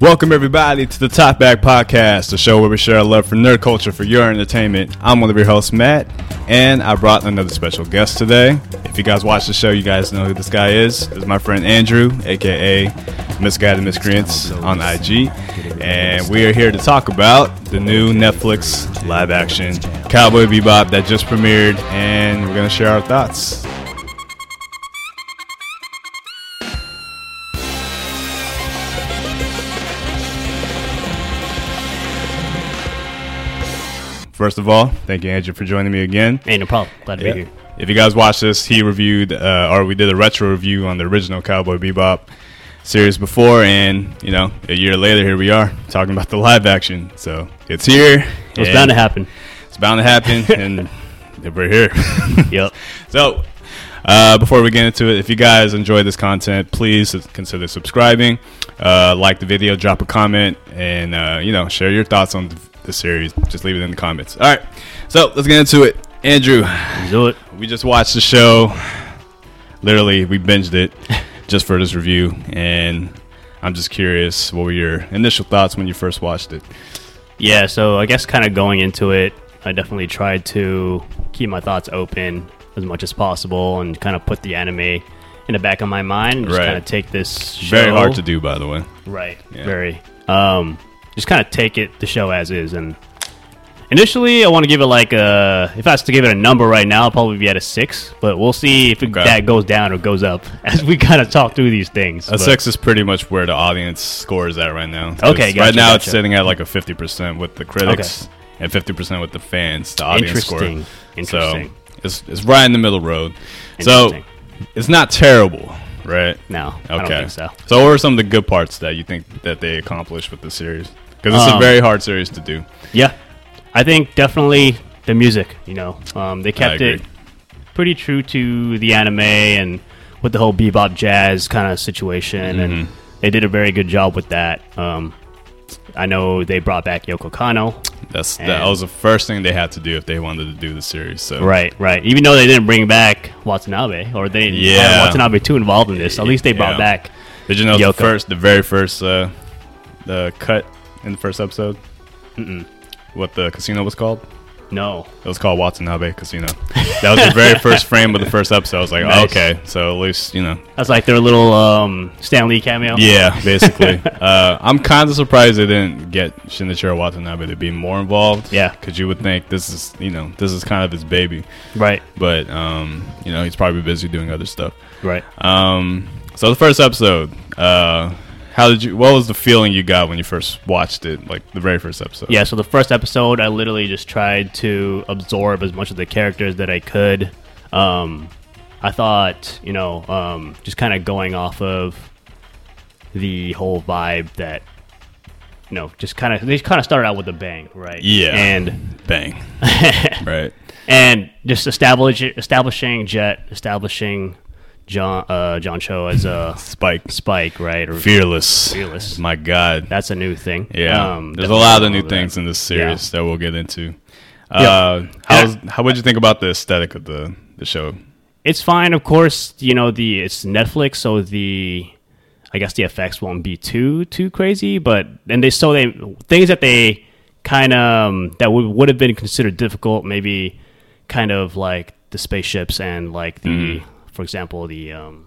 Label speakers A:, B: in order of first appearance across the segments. A: Welcome everybody to the Top Back Podcast, the show where we share our love for nerd culture for your entertainment. I'm one of your hosts, Matt, and I brought another special guest today. If you guys watch the show, you guys know who this guy is. This is my friend Andrew, aka Misguided Miscreants on IG, and we are here to talk about the new Netflix live-action Cowboy Bebop that just premiered, and we're gonna share our thoughts. First of all, thank you, Andrew, for joining me again.
B: Hey, no problem. Glad to be here.
A: If you guys watch this, he reviewed uh, or we did a retro review on the original Cowboy Bebop series before, and you know, a year later, here we are talking about the live action. So it's here.
B: It was
A: and
B: bound to happen.
A: It's bound to happen, and we're here.
B: Yep.
A: So, uh, before we get into it, if you guys enjoy this content, please consider subscribing, uh, like the video, drop a comment, and uh, you know, share your thoughts on the series. Just leave it in the comments. All right, so let's get into it. Andrew,
B: Let's do it.
A: we just watched the show. Literally, we binged it just for this review, and I'm just curious, what were your initial thoughts when you first watched it?
B: Yeah, so I guess kind of going into it, I definitely tried to keep my thoughts open as much as possible and kind of put the anime in the back of my mind and just
A: Right.
B: kind of take this show.
A: Very hard to do, by the way.
B: Right.
A: Yeah.
B: Very. Um, just kind of take it the show as is. And initially, I want to give it like a. If I was to give it a number right now, I'll probably be at a six. But we'll see if it,
A: Okay.
B: that goes down or goes up as we kind of talk through these things.
A: A
B: But-
A: six is pretty much where the audience scores at right now. 'Cause
B: Okay,
A: right
B: gotcha,
A: now it's
B: gotcha.
A: sitting at like a fifty percent with the critics and fifty percent with the fans. The audience
B: Interesting.
A: score.
B: Interesting.
A: So it's it's right in the middle road. So
B: Interesting.
A: it's not terrible, right?
B: No,
A: Okay.
B: I don't think so.
A: what were some of the good parts that you think that they accomplished with the series? Because it's a
B: Um,
A: very hard series to do.
B: Yeah, I think definitely the music. You know, um, they kept it
A: agree.
B: pretty true to the anime and with the whole bebop jazz kind of situation,
A: Mm-hmm.
B: and they did a very good job with that. Um, I know they brought back Yoko Kano.
A: That's that
B: And-
A: was the first thing they had to do if they wanted to do the series. So
B: Right, right. Even though they didn't bring back Watanabe, or they didn't
A: Yeah.
B: have Watanabe too involved in this, at least they brought
A: Yeah.
B: back.
A: Did you know the
B: Yoko.
A: first, the very first, uh, the cut in the first episode? Mm-mm. What the casino was called?
B: No,
A: It was called Watanabe Casino. That was the very first frame of the first episode. I was like,
B: Nice.
A: okay, so at least you know,
B: that's like their little um, Stan Lee cameo.
A: yeah, basically. uh, I'm kind of surprised they didn't get Shinichiro Watanabe to be more involved.
B: Yeah.
A: because you would think this is you know this is kind of his baby,
B: Right,
A: but um, you know he's probably busy doing other stuff.
B: right.
A: Um, so the first episode, uh, how did you? What was the feeling you got when you first watched it? Like the very first episode.
B: yeah so the first episode i literally just tried to absorb as much of the characters that i could um, i thought you know um, just kind of going off of the whole vibe that you know just kind of they kind of started out with a bang right
A: Yeah.
B: and
A: Bang. right.
B: and just establish, establishing jet establishing john uh, john cho as a
A: Spike.
B: spike right or
A: Fearless.
B: Fearless.
A: My God.
B: that's a new thing
A: yeah.
B: Um,
A: There's a lot of new
B: that.
A: things in this series that we'll get into.
B: Yeah.
A: Uh,
B: And
A: how's, how would you think about the aesthetic of the, the show?
B: it's fine of course you know the it's netflix so the i guess the effects won't be too too crazy but and they so they things that they kind of um, that would would have been considered difficult maybe kind of like the spaceships and like the for example the um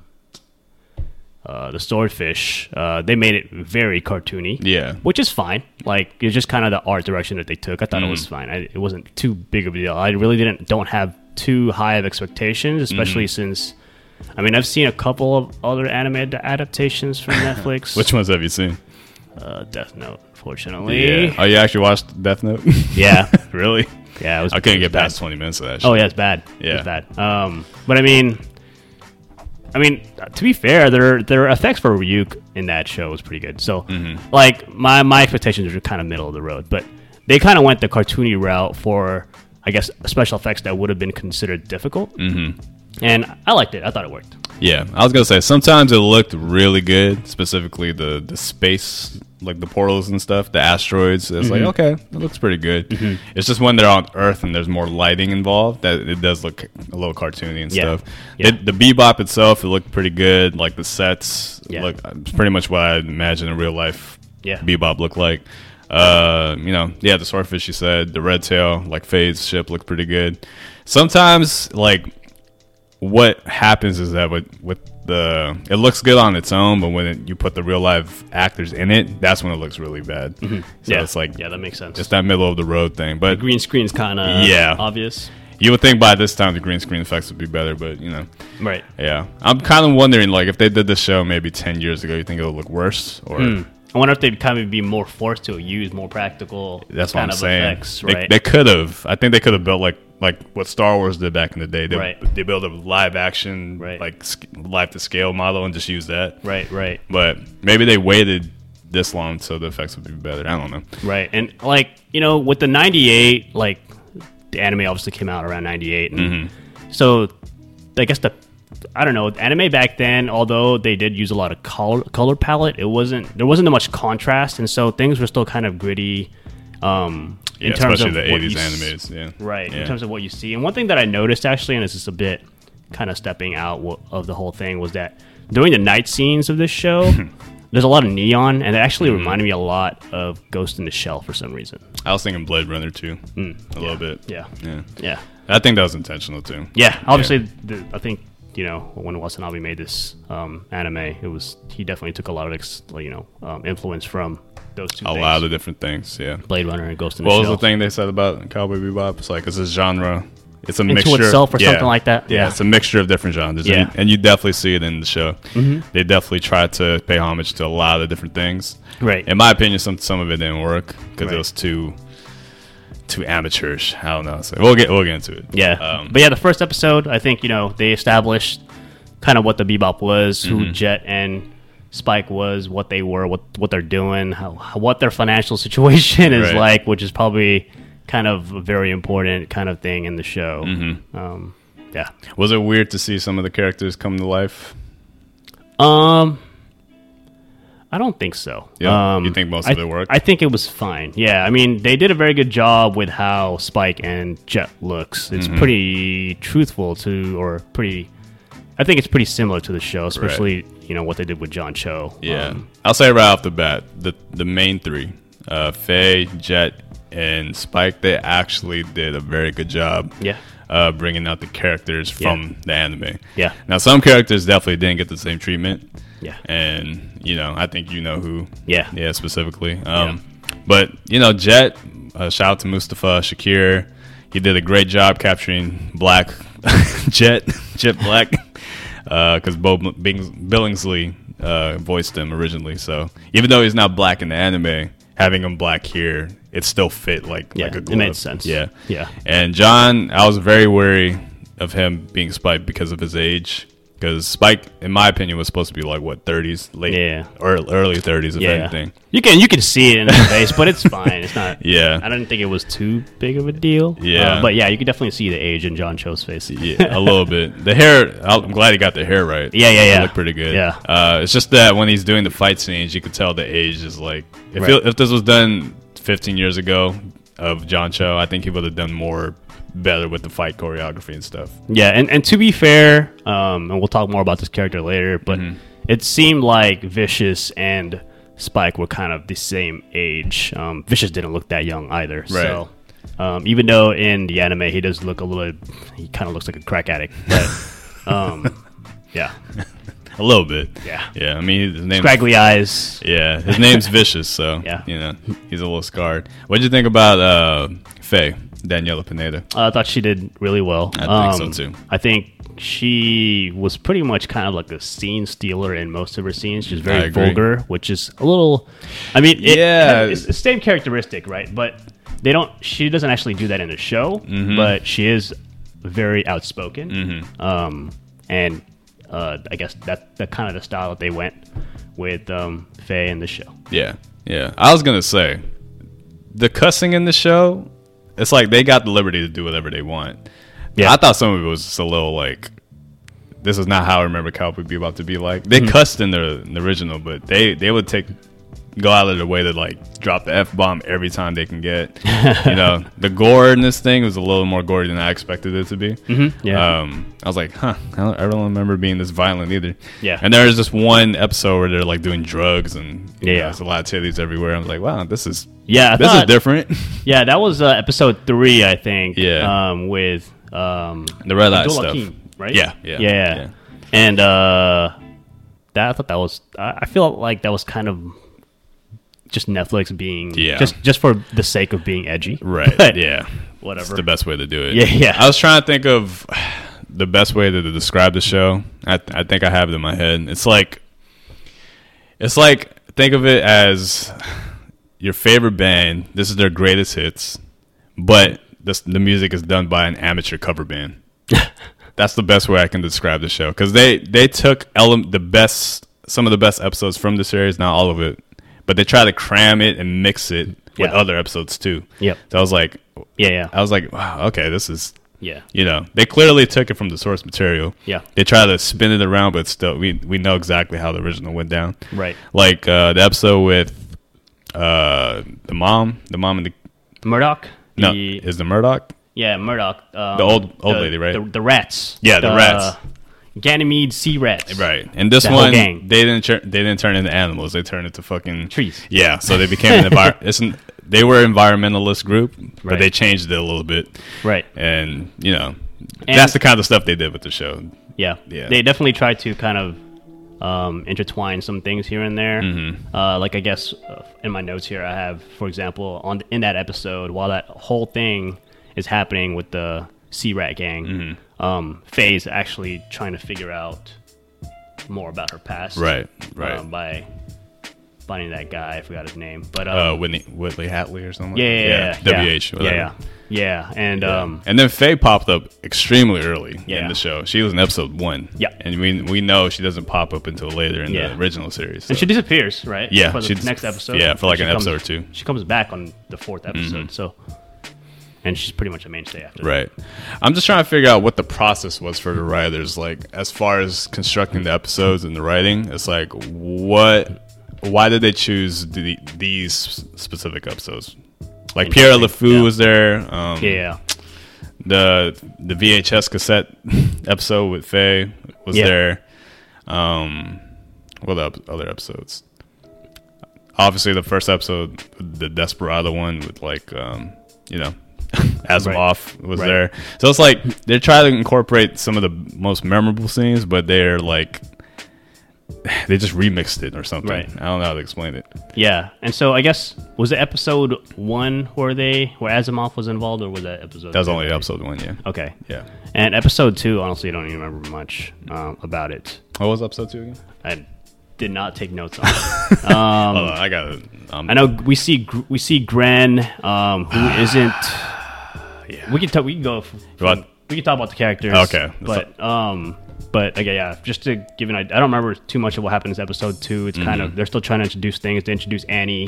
B: uh, the swordfish uh, they made it very cartoony
A: Yeah.
B: which is fine like it's just kind of the art direction that they took i thought it
A: Mm.
B: was fine I, it wasn't too big of a deal i really didn't don't have too high of expectations
A: Mm-hmm.
B: especially since i mean i've seen a couple of other anime ad- adaptations from netflix
A: Which ones have you seen?
B: uh, death note fortunately
A: Oh, you actually watched Death Note?
B: yeah
A: really?
B: yeah it was
A: I couldn't get
B: it was bad.
A: past 20 minutes of that. Shit.
B: Oh yeah, it's bad.
A: Yeah.
B: it's bad. Um, but I mean, I mean, to be fair, their their effects for Ryuk in that show was pretty good. So,
A: Mm-hmm.
B: like my my expectations were kind of middle of the road, but they kind of went the cartoony route for, I guess, special effects that would have been considered difficult. Mm-hmm. And I liked it. I thought it worked.
A: Yeah, I was gonna say sometimes it looked really good, specifically the the space, like the portals and stuff, the asteroids. It's
B: Mm-hmm.
A: like okay, it looks pretty good. It's just when they're on Earth and there's more lighting involved that it does look a little cartoony and
B: Yeah.
A: stuff.
B: Yeah.
A: It, the Bebop itself, it looked pretty good. Like the sets,
B: Yeah.
A: look it's pretty much what I imagine a real life
B: Yeah.
A: Bebop looked like. Uh, you know, yeah, the swordfish you said, the red tail, like Fade's ship looked pretty good. Sometimes like what happens is that with with the it looks good on its own, but when it, you put the real life actors in it, that's when it looks really bad. So
B: Mm-hmm. yeah,
A: it's like
B: yeah, that makes sense.
A: it's that middle of the road thing. But
B: green screen's kind of
A: Yeah.
B: obvious,
A: you would think by this time the green screen effects would be better, but you know,
B: right?
A: yeah. I'm kind of wondering like if they did this show maybe ten years ago, you think it would look worse or
B: I wonder if they'd kind of be more forced to use more practical.
A: That's what
B: kind
A: I'm
B: of
A: saying.
B: Effects,
A: They-
B: right?
A: They, could have. I think they could have built like like what Star Wars did back in the day. They,
B: Right.
A: they built a live action,
B: Right.
A: like sc- live to scale model and just use that.
B: right, right,
A: But maybe they waited this long so the effects would be better. I don't know.
B: right. And like you know, with the '98, like the anime obviously came out around '98, and
A: Mm-hmm.
B: so I guess the I don't know anime back then. Although they did use a lot of color color palette, it wasn't there wasn't much contrast, and so things were still kind of gritty. Um,
A: Yeah,
B: in terms
A: especially
B: of
A: the
B: what you
A: '80s
B: s-
A: animes. Yeah.
B: right
A: Yeah.
B: in terms of what you see and one thing that i noticed actually and this is a bit kind of stepping out wo- of the whole thing was that during the night scenes of this show there's a lot of neon and it actually
A: Hmm.
B: reminded me a lot of ghost in the shell for some reason
A: I was thinking Blade Runner too, a little bit.
B: Hmm. yeah
A: Yeah.
B: yeah
A: I think that was intentional too.
B: yeah obviously The, i think you know when watanabe made this um, anime it was he definitely took a lot of ex- you know um, influence from those two
A: A
B: things,
A: lot of different things. Yeah.
B: blade runner and ghost in
A: What
B: the
A: was
B: shell
A: the thing they said about Cowboy Bebop? It's like it's a genre. It's a
B: Into
A: mixture
B: itself or
A: yeah.
B: something like that?
A: Yeah,
B: Yeah.
A: it's a mixture of different genres.
B: Yeah. Mm-hmm.
A: And, you, and you definitely see it in the show. They definitely tried to pay homage to a lot of different things.
B: Right.
A: In my opinion, some some of it didn't work because
B: Right.
A: it was too too amateurish. I don't know. So we'll get we'll get into it.
B: Yeah.
A: Um,
B: but yeah, the first episode, I think, you know, they established kind of what the bebop was,
A: Mm-hmm.
B: who Jet and Spike was, what they were, what what they're doing, how, how- what their financial situation is
A: Right.
B: like, which is probably kind of a very important kind of thing in the show.
A: Mm-hmm.
B: Um, yeah.
A: was it weird to see some of the characters come to life?
B: Um, I don't think so.
A: Yeah?
B: Um,
A: You think most
B: I-
A: of it worked?
B: I think it was fine. Yeah, I mean, they did a very good job with how Spike and Jet looks. It's
A: Mm-hmm.
B: pretty truthful to, or pretty. I think it's pretty similar to the show, especially you know what they did with John Cho.
A: Yeah,
B: Um,
A: I'll say right off the bat, the the main three, uh, Faye, Jet, and Spike, they actually did a very good job.
B: Yeah.
A: uh, bringing out the characters
B: Yeah.
A: from the anime.
B: Yeah.
A: Now some characters definitely didn't get the same treatment,
B: yeah,
A: and you know I think you know who.
B: Yeah.
A: Yeah, specifically. Um, but you know Jet, uh, shout out to Mustafa Shakir. He did a great job capturing Black Jet, Jet Black, because Bo Bings- Billingsley uh, voiced him originally. So even though he's not black in the anime, having him black here, it still fit like
B: Yeah,
A: like a
B: it
A: glove.
B: made sense.
A: Yeah,
B: Yeah.
A: And John, I was very wary of him being Spike because of his age. Because Spike, in my opinion, was supposed to be like what 30s, late
B: Yeah.
A: or early 30s, if
B: yeah.
A: anything.
B: You can you can see it in his face, but it's fine. It's not.
A: Yeah.
B: I don't think it was too big of a deal.
A: Yeah.
B: Uh, but yeah, you can definitely see the age in John Cho's face.
A: yeah, a little bit. The hair, I'm glad he got the hair right.
B: Yeah, yeah,
A: It
B: yeah.
A: looked pretty good.
B: Yeah.
A: Uh, it's just that when he's doing the fight scenes, you could tell the age is like. If,
B: Right.
A: it- if this was done 15 years ago of John Cho, I think he would have done more better with the fight choreography and stuff.
B: Yeah, and, and to be fair, um, and we'll talk more about this character later, but it seemed like Vicious and Spike were kind of the same age. Um, Vicious didn't look that young either. So, um, even though in the anime he does look a little, he kind of looks like a crack addict. But, um, yeah,
A: A little bit.
B: Yeah.
A: Yeah. I mean, his name.
B: scraggly eyes.
A: Yeah, his name's Vicious, so
B: Yeah.
A: you know he's a little scarred. What'd you think about uh, Faye Daniela Pineda?
B: Uh, I thought she did really well. Um,
A: I think so, too.
B: I think she was pretty much kind of like a scene stealer in most of her scenes. She's
A: I
B: very
A: agree.
B: vulgar, which is a little. I mean, it,
A: Yeah.
B: it's the same characteristic, right? But they don't. She doesn't actually do that in the show,
A: Mm-hmm.
B: but she is very outspoken. Um, and uh, I guess that that kind of the style that they went with um, Faye in the show.
A: Yeah, yeah. I was gonna say the cussing in the show. It's like they got the liberty to do whatever they want.
B: Yeah.
A: I thought some of it was just a little like this Mm-hmm. is not how I remember Cowboy Bebop to be like. They cussed in the, in the original, but they they would take go out of their way to like drop the f bomb every time they can get. you know, the gore in this thing was a little more gory than I expected it to be. Mm-hmm.
B: yeah.
A: Um, I was like, huh, I don't, I don't remember being this violent either.
B: Yeah.
A: And there was this one episode where they're like doing drugs and you know,
B: Yeah.
A: there's a lot of titties everywhere. I was like, wow, this is
B: Yeah, I
A: this is
B: thought-
A: different.
B: Yeah, that was uh, episode three, I think.
A: Yeah.
B: Um, with um,
A: the red eye
B: Abdul
A: stuff.
B: Hakim, right?
A: Yeah, yeah,
B: yeah, And uh, that I thought that was. I I feel like that was kind of just Netflix being
A: Yeah.
B: just just for the sake of being edgy,
A: Right.
B: But
A: yeah. It's
B: Whatever.
A: the best way to do it.
B: Yeah, yeah.
A: I was trying to think of the best way to, to describe the show. I, I think I have it in my head. It's like, it's like think of it as your favorite band. This is their greatest hits, but this, the music is done by an amateur cover band. That's the best way I can describe the show because they they took ele- the best some of the best episodes from the series, not all of it, but they try to cram it and mix it with
B: Yeah.
A: other episodes too.
B: Yep.
A: So I was like,
B: yeah, yeah,
A: I was like, wow, okay, this is
B: yeah,
A: you know they clearly took it from the source material.
B: Yeah.
A: they try to spin it around, but still, we we know exactly how the original went down.
B: right.
A: Like uh, the episode with uh, the mom, the mom and the
B: Murdoch.
A: no,
B: the-
A: is the Murdoch.
B: yeah, Murdoch. Um,
A: The old- old lady, right?
B: The, the rats. Uh,
A: Yeah, the rats.
B: Ganymede sea rats.
A: Right, and this
B: The whole
A: one
B: gang.
A: they didn't turn they didn't turn into animals. They turned into fucking
B: Trees.
A: Yeah, so they became an envir- it's an, They were environmentalist group, but
B: Right.
A: they changed it a little bit,
B: Right.
A: and you know that's the kind of stuff they did with the show.
B: Yeah.
A: Yeah.
B: They definitely try to kind of um, intertwine some things here and there.
A: Mm-hmm.
B: Uh, like I guess uh, in my notes here, I have, for example, on in that episode, while that whole thing is happening with the Sea Rat gang,
A: Mm-hmm.
B: um, Faye's actually trying to figure out more about her past.
A: Right, right.
B: Um, by finding that guy, I forgot his name, but um,
A: uh, Whitney Whitley Hatley or something.
B: yeah, yeah, yeah, yeah,
A: WH.
B: yeah,
A: whatever.
B: yeah, yeah, and um,
A: and then Faye popped up extremely early in
B: Yeah.
A: the show. She was in episode one.
B: Yeah.
A: and we we know she doesn't pop up until later in
B: Yeah.
A: the original series.
B: And
A: so-
B: she disappears, right?
A: Yeah,
B: for the
A: she's-
B: next episode.
A: yeah, for like
B: She
A: an
B: comes-
A: episode or two. Mm-hmm.
B: She comes back on the fourth episode, so and she's pretty much a mainstay after. that.
A: right. I'm just trying to figure out what the process was for the writers, like as far as constructing the episodes and the writing. It's like what. Why did they choose the, these specific episodes? Like Pierre
B: Interesting,
A: LeFou
B: yeah.
A: was there. Um,
B: Yeah,
A: the the VHS cassette episode with Faye was
B: Yeah.
A: there. Um, what up, other episodes? Obviously, the first episode, the Desperado one with like um, you know Asimov was
B: Right.
A: there. So it's like they try to incorporate some of the most memorable scenes, but they're like they just remixed it or something.
B: Right.
A: I don't know how to explain it.
B: yeah. And so I guess was it episode one where they where Asimov was involved, or was that episode?
A: That was
B: two?
A: only episode one. Yeah.
B: Okay.
A: Yeah.
B: And episode two, honestly, I don't even remember much um, about it.
A: What was episode two again?
B: I did not take notes on. it.
A: Hold on, I got it. Um,
B: I know we see Gr- we see Gren, um,
A: Ah,
B: who isn't. We can talk. We can go. f-
A: want-
B: we can talk about the characters.
A: Okay.
B: but um, but okay, yeah. Just to give an idea, I don't remember too much of what happened in episode two. It's kind
A: Mm-hmm.
B: of they're still trying to introduce things. They introduce Annie,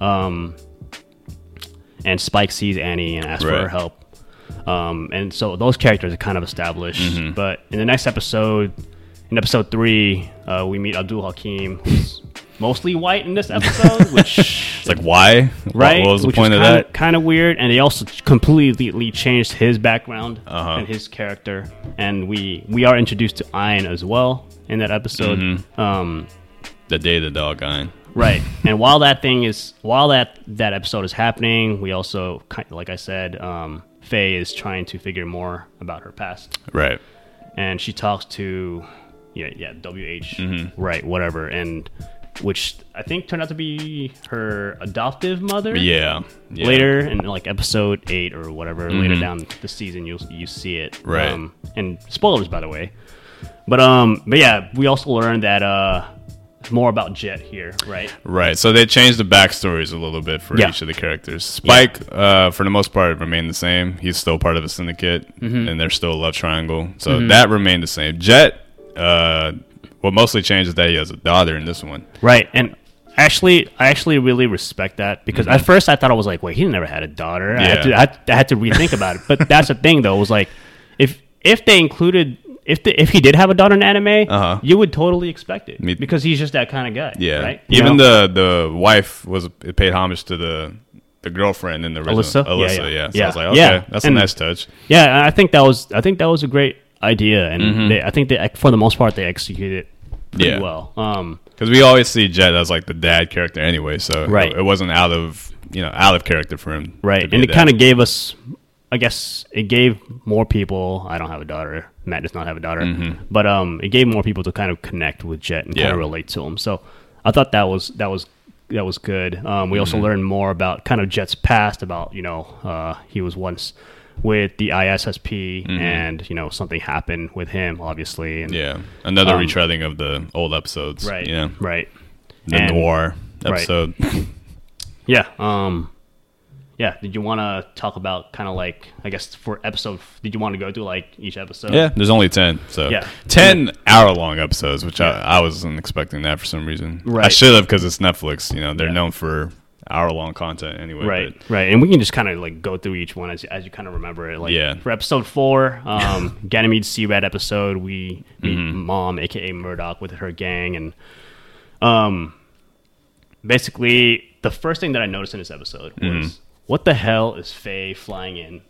B: um, and Spike sees Annie and asks
A: Right.
B: for her help. Um, and so those characters are kind of established.
A: Mm-hmm.
B: But in the next episode, in episode three, uh, we meet Abdul Hakim, who's mostly white in this episode, which
A: It's like why?
B: right?
A: What was the
B: Which
A: point of
B: kinda,
A: that?
B: Kind of weird, and they also completely changed his background
A: Uh-huh.
B: and his character. And we we are introduced to Ian as well in that episode.
A: Mm-hmm.
B: Um,
A: The day the dog died.
B: right. and while that thing is while that that episode is happening, we also kind like I said, um, Faye is trying to figure more about her past,
A: Right.
B: and she talks to yeah yeah WH
A: Mm-hmm.
B: right whatever and. Which I think turned out to be her adoptive mother
A: Yeah. yeah. Mm-hmm.
B: later in like episode eight or whatever later down the season you'll you see it
A: Right.
B: um, and spoilers by the way but um but yeah we also learned that uh more about jet here right
A: Right. So they changed the backstories a little bit for
B: Yeah.
A: each of the characters. Spike, uh, for the most part, remained the same. He's still part of the syndicate,
B: Mm-hmm.
A: and they're still a love triangle. So that remained the same. Jet, uh, what mostly changed is that he has a daughter in this one.
B: right and actually i actually really respect that because at first i thought i was like wait he never had a daughter I, had
A: Mm-hmm. Yeah.
B: to, I, I had to rethink about it but that's the thing though was like if if they included if the, if he did have a daughter in anime,
A: Uh-huh.
B: you would totally expect it
A: Me-
B: because he's just that kind of guy.
A: Yeah.
B: right. You
A: Even
B: know?
A: the the wife was it paid homage to the the girlfriend in the original
B: Alyssa? Yeah,
A: Alyssa,
B: yeah.
A: yeah. So
B: Yeah.
A: I was like, okay,
B: Yeah.
A: that's a
B: And-
A: nice touch.
B: yeah, and I think that was I think that was a great idea, and they, I think they for the most part they executed it pretty
A: Mm-hmm. Yeah.
B: well. Um,
A: Because we always see Jet as like the dad character anyway, so
B: Right.
A: it, it wasn't out of you know out of character for him,
B: right, and it kind of gave us, I guess, it gave more people. I don't have a daughter. Matt does not have a daughter, but um, it gave more people to kind of connect with Jet and kind
A: Mm-hmm. Yeah.
B: of relate to him. So I thought that was that was that was good. Um, we
A: Mm-hmm.
B: also learned more about kind of Jet's past. About you know, uh, he was once with the ISSP, and you know something happened with him, obviously. And,
A: Mm-hmm. yeah, another
B: Um,
A: retreading of the old episodes,
B: Right.
A: You know,
B: Right.
A: the
B: And-
A: noir
B: right.
A: episode.
B: Yeah. Um. Yeah. Did you want to talk about kind of like I guess for episode? Did you want to go through like each episode?
A: Yeah, there's only ten, so
B: Yeah.
A: ten hour-long episodes, which I, I wasn't expecting that for some reason. I
B: Right.
A: should have because it's Netflix. You know, they're
B: Yeah.
A: known for hour-long content anyway.
B: Right.
A: but-
B: Right. And we can just kind of like go through each one as as you kind of remember it. Like
A: Yeah.
B: for episode four, um, Ganymede's Sea Rat episode, we meet
A: Mm-hmm.
B: Mom, aka Murdoch, with her gang, and um, basically the first thing that I noticed in this episode was
A: Mm-hmm.
B: what the hell is Faye flying in?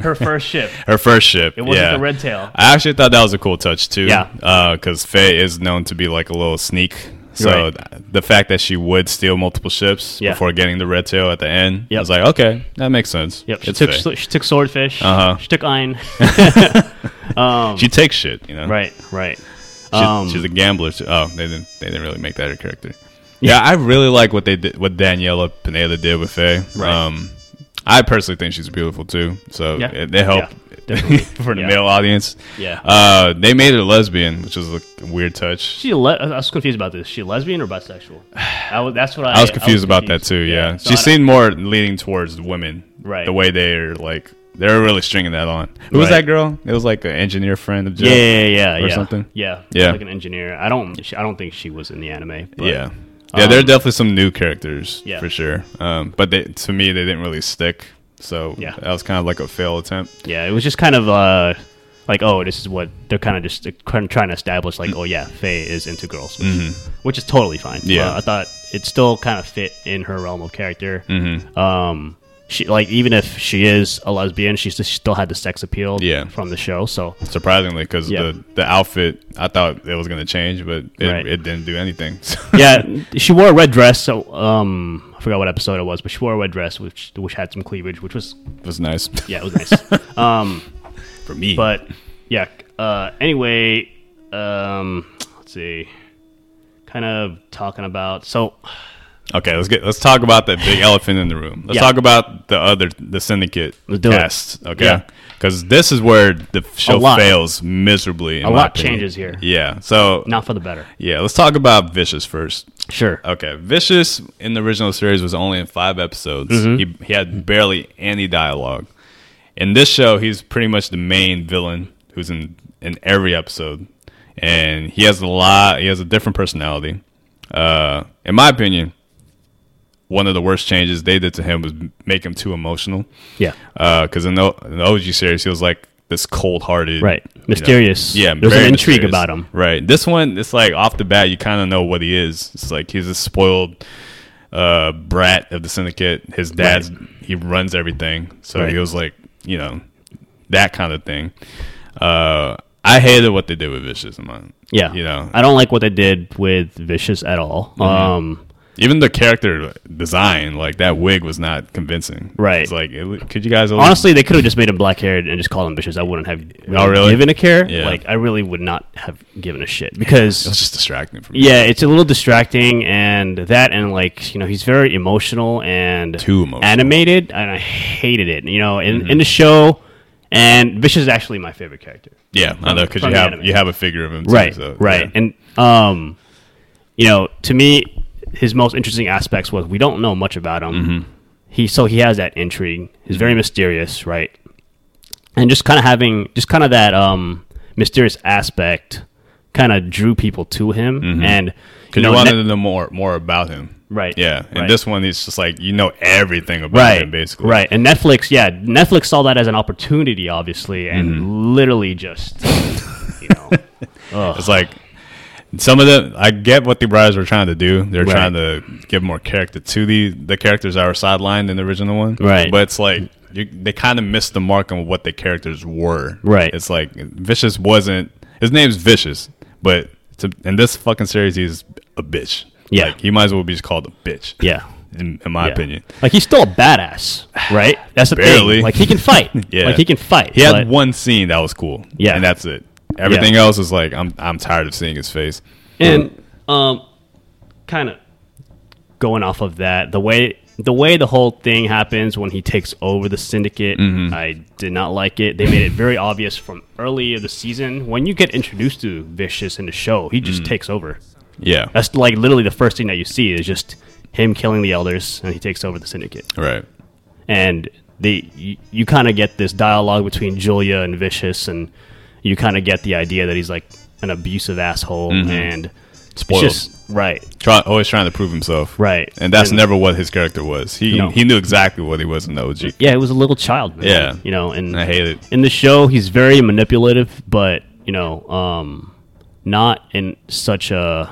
B: her first ship.
A: her first ship.
B: It wasn't
A: yeah.
B: the red tail.
A: I actually thought that was a cool touch too.
B: Yeah.
A: because Faye is known to be like a little sneak. So
B: Right.
A: th- the fact that she would steal multiple ships
B: Yeah.
A: before getting the red tail at the end, I
B: Yep.
A: was like, okay, that makes sense.
B: Yep, she
A: It's
B: took
A: Faye.
B: she took swordfish.
A: Uh-huh.
B: She took iron.
A: she takes shit, you know.
B: right, right.
A: She's,
B: Um,
A: she's a gambler. Too. Oh, they didn't. They didn't really make that her character. Yeah, I really like what they did. What Daniela Pineda did with Faye.
B: Right.
A: Um, I personally think she's beautiful too. So
B: Yeah.
A: it, they help
B: Yeah, definitely.
A: for the
B: Yeah.
A: male audience.
B: Yeah.
A: Uh, they made her lesbian, which was a weird touch.
B: she le- I was confused about this. Is she lesbian or bisexual? I Oh, was, that's what I,
A: I was confused about that
B: confused.
A: too. Yeah,
B: So
A: she
B: I-
A: seemed more leaning towards women.
B: Right.
A: The way they're like, they're really stringing that on. Who was
B: Right.
A: that girl? It was like an engineer friend of Jill.
B: Yeah, yeah, yeah, yeah,
A: or
B: yeah.
A: something.
B: Yeah,
A: Yeah.
B: like an engineer. I don't. She, I don't think she was in the anime. But um,
A: yeah. Yeah, there are definitely some new characters
B: Yeah.
A: for sure. Um, but they, to me, they didn't really stick. So
B: Yeah.
A: that was kind of like a fail attempt.
B: yeah. It was just kind of uh, like oh, this is what they're kind of just trying trying to establish. Like oh yeah, Faye is into girls, which, which is totally fine.
A: Mm-hmm. Yeah.
B: Uh, I thought it still kind of fit in her realm of character.
A: Mm-hmm.
B: Um, she like even if she is a lesbian, she still, she still had the sex appeal
A: Yeah.
B: from the show. So
A: Surprisingly, because
B: Yeah.
A: the, the outfit, I thought it was going to change, but it,
B: Right.
A: it didn't do anything. So-
B: yeah, she wore a red dress. So um, I forgot what episode it was, but she wore a red dress which which had some cleavage, which was
A: it was nice
B: yeah, it was nice. um,
A: for me.
B: but yeah. Uh, anyway, um, let's see. Kind of talking about so
A: Okay, let's get let's talk about the big elephant in the room. Let's
B: Yeah.
A: talk about the other the syndicate
B: Let's do it.
A: cast.
B: Yeah.
A: Okay, because this is where the show
B: lot.
A: fails miserably. in
B: A
A: my
B: lot
A: opinion.
B: changes here.
A: Yeah. So
B: not for the better.
A: yeah, let's talk about Vicious first.
B: Sure.
A: Okay, Vicious in the original series was only in five episodes. He he had barely any dialogue. In this show, he's pretty much the main villain who's in in every episode, and he has a lot. He has a different personality. Uh, in my opinion, one of the worst changes they did to him was make him too emotional.
B: Yeah.
A: Because in, the, in the OG series, he was like this cold hearted,
B: Right. Mysterious.
A: yeah,
B: There's
A: very
B: an intrigue
A: mysterious.
B: about him.
A: Right. This one, it's like off the bat, you kind of know what he is. It's like he's a spoiled uh, brat of the syndicate. His dad's he runs everything, so
B: Right.
A: he was like you know that kind of thing. Uh, I hated what they did with Vicious. in my-
B: Yeah.
A: You know, Mm-hmm.
B: I don't like what they did with Vicious at all. Um,
A: even the character design, like that wig, was not convincing.
B: Right.
A: It's like, it, could you guys at least-
B: honestly, they could have just made him black haired and just called him Vicious. I wouldn't have really
A: Oh, really?
B: given a care.
A: Yeah.
B: Like I really would not have given a shit because
A: It was just distracting for me.
B: Yeah, it's a little distracting, and that, and like you know, he's very emotional and
A: Too emotional. Mm-hmm.
B: animated, and I hated it. You know, in in the show, and Vicious is actually my favorite character.
A: Yeah, I know because
B: From
A: you
B: the
A: have
B: anime.
A: you have a figure of him. Too,
B: Right,
A: so,
B: right,
A: yeah.
B: and um, you know, to me, his most interesting aspects was we don't know much about him.
A: Mm-hmm.
B: He so he has that intrigue. He's very mysterious, right? And just kind of having just kind of that um mysterious aspect kind of drew people to him. And
A: Because Mm-hmm. you wanted
B: Net-
A: to know more more about him.
B: Right.
A: Yeah. And
B: Right.
A: this one, it's just like you know everything about
B: right,
A: him, basically.
B: right. And Netflix, yeah, Netflix saw that as an opportunity, obviously, and
A: Mm-hmm.
B: literally just, you know,
A: It's like some of them. I get what the writers were trying to do. They're
B: Right.
A: trying to give more character to the the characters that were sidelined in the original one.
B: Right.
A: But it's like you, they kind of missed the mark on what the characters were.
B: Right.
A: It's like Vicious wasn't. His name's Vicious, but to, in this fucking series, he's a bitch.
B: Yeah.
A: Like, he might as well be just called a bitch.
B: yeah.
A: In, in my
B: yeah.
A: opinion,
B: like he's still a badass, right? That's the
A: Barely.
B: thing. Like he can fight.
A: Yeah.
B: like he can fight.
A: he had
B: but-
A: one scene that was cool.
B: Yeah.
A: And that's it. Everything else is like I'm. I'm tired of seeing his face.
B: And um, kind of going off of that, the way the way the whole thing happens when he takes over the syndicate,
A: Mm-hmm.
B: I did not like it. They made it very obvious from early of the season when you get introduced to Vicious in the show, he
A: Mm.
B: just takes over.
A: Yeah.
B: That's like literally the first thing that you see is just him killing the elders and he takes over the syndicate.
A: right.
B: and they you, you kind of get this dialogue between Julia and Vicious, and you kind of get the idea that he's like an abusive asshole and it's
A: Mm-hmm. Spoiled.
B: just right,
A: try, always trying to prove himself.
B: right,
A: And that's never what his character was. He
B: No.
A: he knew exactly what he was in the OG.
B: yeah, it was a little child, man.
A: Yeah.
B: you know, and
A: I hate it.
B: in the show he's very manipulative, but you know, um, not in such a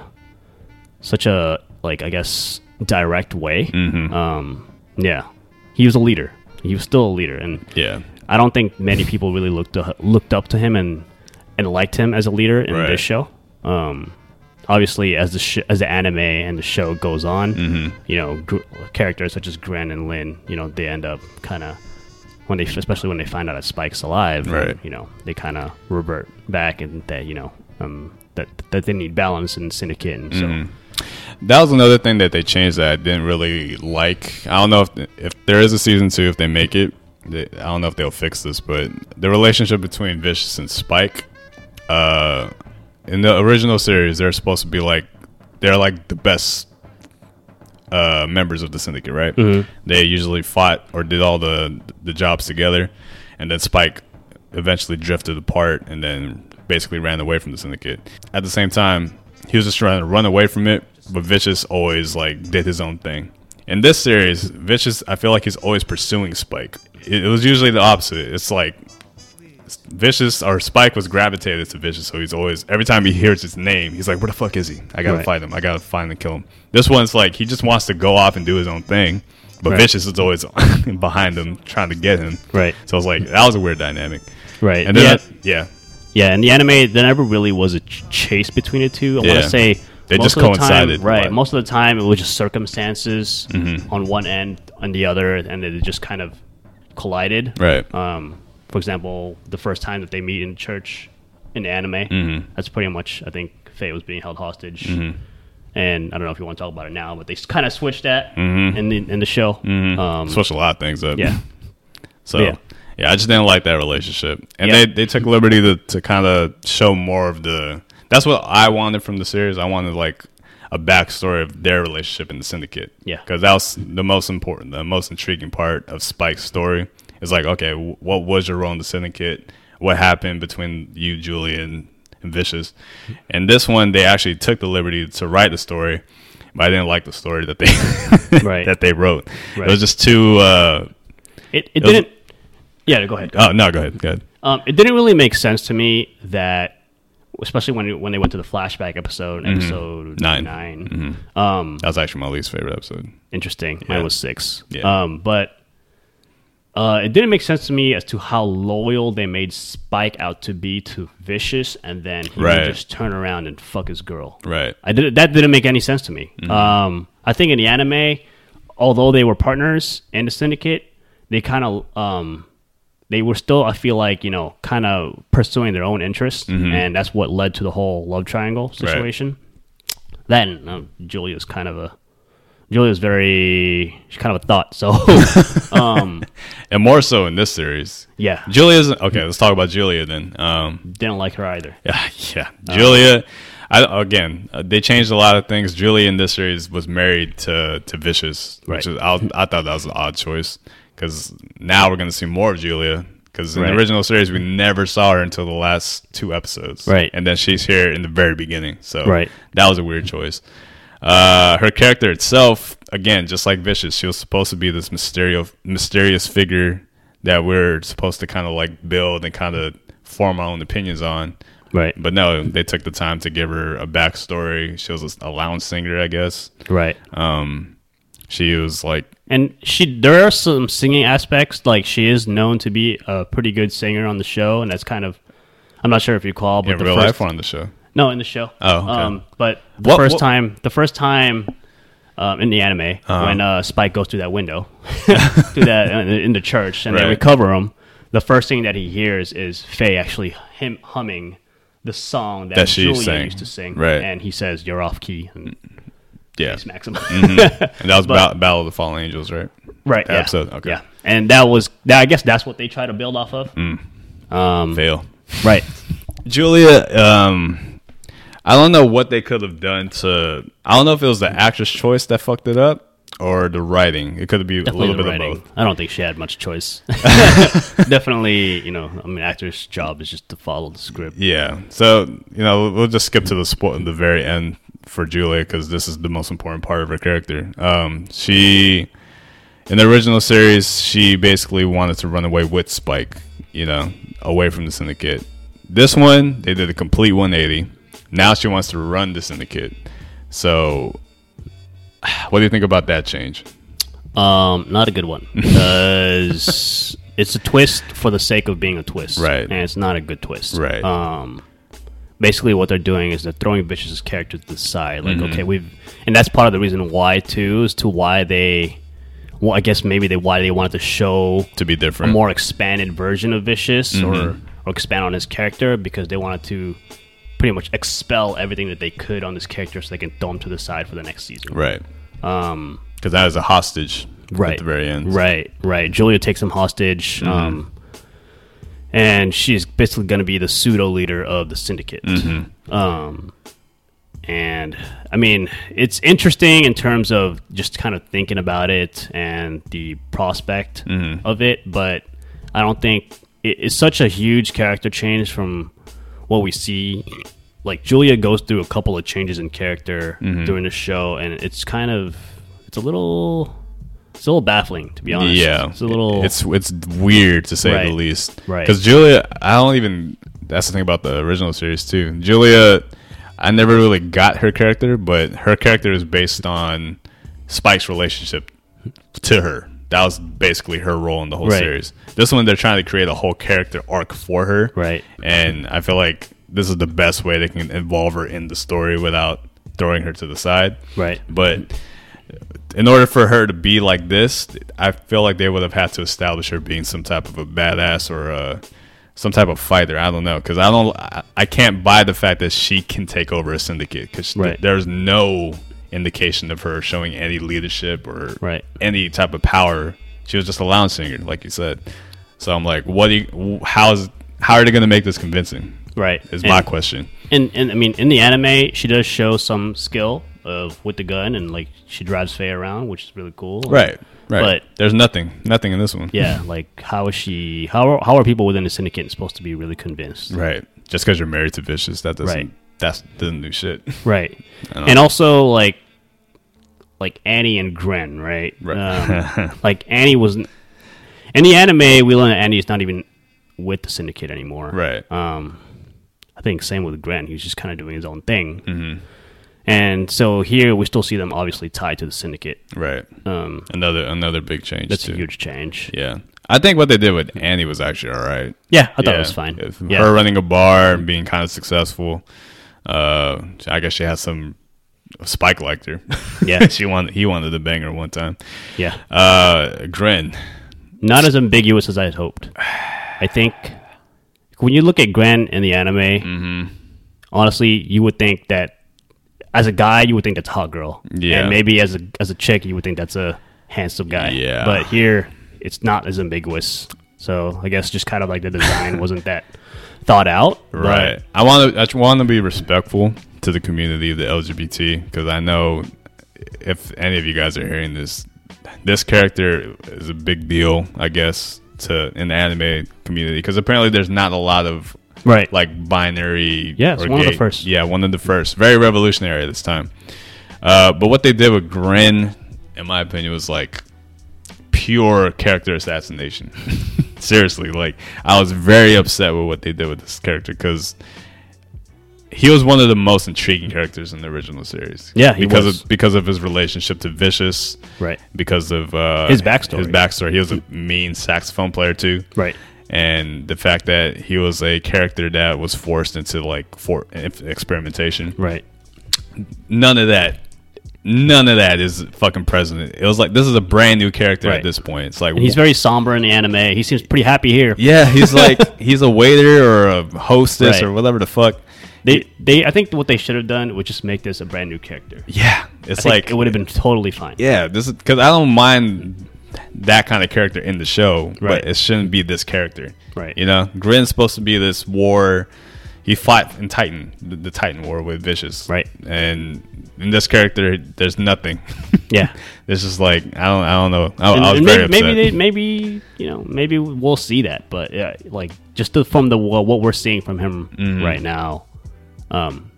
B: such a like I guess direct way.
A: Mm-hmm.
B: Um, yeah, he was a leader. He was still a leader, and
A: Yeah.
B: I don't think many people really looked to, looked up to him and and liked him as a leader in
A: Right.
B: this show. Um, obviously, as the sh- as the anime and the show goes on,
A: Mm-hmm.
B: you know, gr- characters such as Gren and Lin, you know, they end up kind of when they, especially when they find out that Spike's alive,
A: Right.
B: You know, they kind of revert back and that you know um, that that they need balance in Syndicate, and so
A: Mm-hmm. That was another thing that they changed that I didn't really like. I don't know if if there is a season two if they make it. They, I don't know if they'll fix this, but the relationship between Vicious and Spike, uh, in the original series, they're supposed to be like they're like the best uh, members of the syndicate, right? They usually fought or did all the the jobs together, and then Spike eventually drifted apart and then basically ran away from the syndicate. At the same time, he was just trying to run away from it, but Vicious always like did his own thing. In this series, Vicious, I feel like he's always pursuing Spike. It, it was usually the opposite. It's like Vicious or Spike was gravitated to Vicious, so he's always every time he hears his name, he's like, "Where the fuck is he? I gotta
B: Right.
A: fight him. I gotta find and kill him." This one's like he just wants to go off and do his own thing, but
B: Right.
A: Vicious is always behind him trying to get him.
B: Right.
A: So it's like that was a weird dynamic.
B: right,
A: And then
B: yeah.
A: yeah,
B: Yeah, and the anime there never really was a ch- chase between the two. I want
A: Yeah.
B: to say
A: They
B: most
A: just
B: of the
A: coincided, Mm-hmm.
B: time, right?
A: but-
B: Most of the time, it was just circumstances on one end, on the other, and it just kind of collided.
A: right.
B: Um, for example, the first time that they meet in church in the anime,
A: Mm-hmm.
B: that's pretty much I think Faye was being held hostage. And I don't know if you want to talk about it now, but they kind of switched that
A: Mm-hmm.
B: in the in the show. Um,
A: Switched a lot of things up.
B: yeah,
A: So yeah.
B: Yeah.
A: I just didn't like that relationship, and
B: Yeah.
A: they they took liberty to to kind of show more of the. That's what I wanted from the series. I wanted like a backstory of their relationship in the syndicate.
B: Yeah.
A: because that was the most important, the most intriguing part of Spike's story. It's like, okay, w- what was your role in the syndicate? What happened between you, Julian, and Vicious? And this one, they actually took the liberty to write the story, but I didn't like the story that they
B: Right.
A: that they wrote.
B: Right.
A: It was just too. Uh,
B: it, it
A: was-
B: didn't. Yeah, go ahead.
A: oh no, go ahead, go ahead.
B: Um, it didn't really make sense to me that, especially when when they went to the flashback episode, episode
A: Mm-hmm. Nine.
B: 9 Um,
A: That was actually my least favorite episode.
B: interesting.
A: Yeah.
B: Mine was six.
A: Yeah.
B: Um, but uh, it didn't make sense to me as to how loyal they made Spike out to be to Vicious, and then he would
A: Right.
B: just turn around and fuck his girl.
A: Right.
B: I did that didn't make any sense to me. Um, I think in the anime, although they were partners in the syndicate, they kind of um, they were still I feel like you know kind of pursuing their own interests, and that's what led to the whole love triangle situation. Then um, Julia's kind of a Julia's very she's kind of a thought. So um,
A: And more so in this series.
B: yeah,
A: Julia's okay, let's talk about Julia then. Um
B: didn't like her either.
A: yeah, yeah. Julia I, again, uh, they changed a lot of things. Julia in this series was married to to Vicious, which
B: Right.
A: is I, was- I thought that was an odd choice cuz now we're going to see more of Julia because in
B: Right.
A: the original series we never saw her until the last two episodes,
B: Right.
A: And then she's here in the very beginning, so
B: Right.
A: That was a weird choice. Uh, her character itself, again, just like Vicious, she was supposed to be this mysterious, mysterious figure that we're supposed to kind of like build and kind of form our own opinions on.
B: Right.
A: But no, they took the time to give her a backstory. She was a lounge singer, I guess. Um,
B: Right.
A: She was like,
B: and she there are some singing aspects like she is known to be a pretty good singer on the show and that's kind of I'm not sure if you call but
A: in
B: the
A: real
B: first
A: life or on the show.
B: No, in the show.
A: Oh, okay.
B: um, but the
A: What-
B: first
A: what-
B: time, the first time um, in the anime
A: Uh-huh.
B: when uh, Spike goes through that window, through that uh, in the- in the church, and they
A: Right.
B: recover him. The first thing that he hears is Faye actually him humming the song that,
A: That she
B: Julia
A: sang.
B: used to sing,
A: Right.
B: And he says, "You're off key," and
A: Yeah. Mm.
B: smacks him.
A: And that was ba- Battle of the Fallen Angels, right?
B: right.
A: That
B: yeah.
A: episode, okay. Mm.
B: Yeah. And that was that. I guess that's what they try to build off of.
A: Fail.
B: Right.
A: Julia, um, I don't know what they could have done to. I don't know if it was the actress choice that fucked it up or the writing. It could be a
B: Definitely
A: little
B: the
A: bit
B: writing.
A: of both.
B: I don't think she had much choice. Definitely, you know, I mean, actor's job is just to follow the script.
A: Yeah. So you know, we'll just skip to the sport the very end for Julia because this is the most important part of her character. Um, she in the original series, she basically wanted to run away with Spike, you know, away from the syndicate. This one, they did a complete 180. Now she wants to run the syndicate. So, what do you think about that change?
B: Um, not a good one because it's a twist for the sake of being a twist,
A: Right.
B: And it's not a good twist,
A: Right.
B: Um, basically, what they're doing is they're throwing Vicious's character to the side, like,
A: Mm-hmm.
B: okay, we've, and that's part of the reason why too, is to why they, well, I guess maybe they why they wanted to show
A: To be
B: a
A: different,
B: more expanded version of Vicious or
A: Mm-hmm.
B: or expand on his character because they wanted to pretty much expel everything that they could on this character so they can throw him to the side for the next season.
A: right? Um, because that is a hostage,
B: Right.
A: At the very end, Mm-hmm.
B: Right, right. Julia takes him hostage. Um and she's basically going to be the pseudo leader of the syndicate.
A: Mm-hmm.
B: Um and I mean, it's interesting in terms of just kind of thinking about it and the prospect
A: Mm-hmm.
B: of it, but I don't think it, it's such a huge character change from what we see. Like Julia goes through a couple of changes in character
A: Mm-hmm.
B: during the show, and it's kind of it's a little it's a little baffling to be honest.
A: Yeah,
B: it's a little
A: It's it's weird to say the
B: Right.
A: least.
B: Right.
A: Because Julia, I don't even. That's the thing about the original series too. Julia, I never really got her character, but her character is based on Spike's relationship to her. That was basically her role in the whole
B: Right.
A: series. This one, they're trying to create a whole character arc for her.
B: Right.
A: And I feel like this is the best way they can involve her in the story without throwing her to the side.
B: right.
A: But in order for her to be like this, I feel like they would have had to establish her being some type of a badass or a, some type of fighter. I don't know because I don't, I, I can't buy the fact that she can take over a syndicate because
B: Right.
A: there's no indication of her showing any leadership or
B: Right.
A: any type of power. She was just a lounge singer, like you said. So I'm like, what? Do you, how is how are they going to make this convincing?
B: Right.
A: Is
B: And-
A: my question.
B: And and I mean, in the anime, she does show some skill of with the gun, and like she drives Faye around, which is really cool.
A: Right.
B: But-
A: there's nothing, nothing in this one.
B: yeah, like how is she? How are, how are people within the syndicate supposed to be really convinced?
A: Right. Just because you're married to Vicious, that doesn't.
B: Right.
A: That's the new shit.
B: Right. And also like like Annie and Gren, right?
A: Right.
B: Um, like Annie was in the anime. We learn that Annie is not even with the syndicate anymore.
A: Right.
B: I think same with Gren. He was just kind of doing his own thing.
A: Mm-hmm.
B: And so here we still see them obviously tied to the syndicate.
A: right.
B: Um,
A: Another another big change.
B: that's
A: too.
B: a huge change.
A: Yeah. I think what they did with Annie was actually all right.
B: Yeah, I thought
A: Yeah.
B: it was fine.
A: If-
B: Yeah.
A: Her running a bar and being kind of successful. Uh, I guess she had some Spike liked her.
B: Yeah.
A: she wanted. He wanted to bang her one time.
B: yeah.
A: Uh, Grin.
B: Not as ambiguous as I had hoped. I think when you look at Gren in the anime,
A: Mm-hmm.
B: honestly, you would think that as a guy, you would think that's a hot girl.
A: Yeah.
B: And maybe as a as a chick, you would think that's a handsome guy.
A: Yeah.
B: But here, it's not as ambiguous. So I guess just kind of like the design wasn't that thought out. but-
A: Right. I want to. I want to be respectful to the community of the LGBT because I know if any of you guys are hearing this, this character is a big deal. I guess to in the anime community because apparently there's not a lot of
B: Right.
A: like binary.
B: Yeah, it's
A: or
B: one of the first.
A: Yeah, one of the first. Very revolutionary this time. Uh, but what they did with Grin, in my opinion, was like pure character assassination. Seriously, like I was very upset with what they did with this character because he was one of the most intriguing characters in the original series.
B: Yeah, he
A: because
B: was.
A: of because of his relationship to Vicious,
B: right.
A: because of uh,
B: His backstory.
A: His backstory. He was a mean saxophone player too
B: Right.
A: and the fact that he was a character that was forced into like for if- experimentation.
B: Right.
A: None of that. None of that is fucking present. It was like this is a brand new character
B: Right.
A: at this point. It's like
B: And he's very somber in the anime. He seems pretty happy here.
A: yeah, he's like he's a waiter or a hostess
B: Right.
A: or whatever the fuck.
B: They, they, I think what they should have done would just make this a brand new character.
A: Yeah, it's
B: I think
A: like
B: it would have been totally fine.
A: yeah, this is because I don't mind that kind of character in the show,
B: Right.
A: but it shouldn't be this character.
B: Right.
A: You know, Grin's supposed to be this war. He fought in Titan, the, the Titan War with Vicious.
B: Right.
A: And in this character, there's nothing.
B: Yeah.
A: this is like I don't, I don't know. I,
B: And-
A: I was
B: and
A: very
B: maybe,
A: upset.
B: maybe they, maybe you know, maybe we'll see that. But yeah, like just the, from the wha- what we're seeing from him
A: Mm-hmm.
B: right now, um,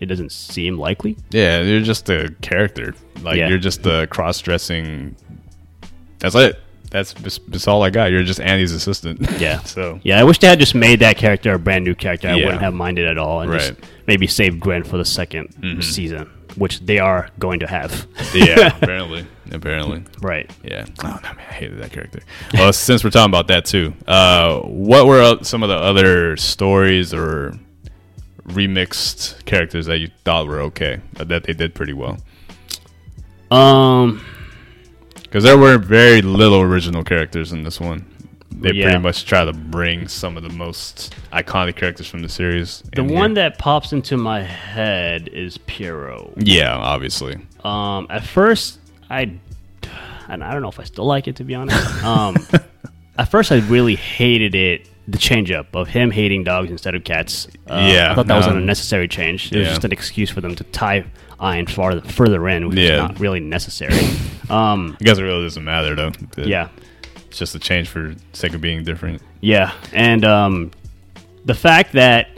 B: it doesn't seem likely.
A: yeah, you're just a character. Like
B: Yeah.
A: you're just a cross-dressing. That's it. That's, that's that's all I got. You're just Andy's assistant.
B: Yeah.
A: so
B: Yeah, I wish they had just made that character a brand new character. I
A: Yeah.
B: wouldn't have minded at all, and just
A: Right. Mm-hmm.
B: maybe save Gwen for the 2nd season, which they are going to have.
A: yeah, apparently, apparently.
B: right.
A: Yeah. Oh no, man, I hated that character. Well, since we're talking about that too, uh, what were o- some of the other stories or remixed characters that you thought were okay uh, that they did pretty well?
B: Um.
A: Because there were very little original characters in this one. They
B: Yeah.
A: pretty much try to bring some of the most iconic characters from the series.
B: The one that pops into my head is Piero.
A: Yeah, obviously.
B: Um, at first, I and I don't know if I still like it to be honest. Um, at first, I really hated it. The change up of him hating dogs instead of cats. Uh,
A: Yeah,
B: I thought that was
A: no.
B: an unnecessary change. It was
A: Yeah.
B: just an excuse for them to tie Iron farther further in, which
A: Yeah.
B: is not really necessary. um,
A: I guess it really doesn't matter though. It-
B: yeah,
A: It's just a change for sake of being different.
B: yeah, and um, the fact that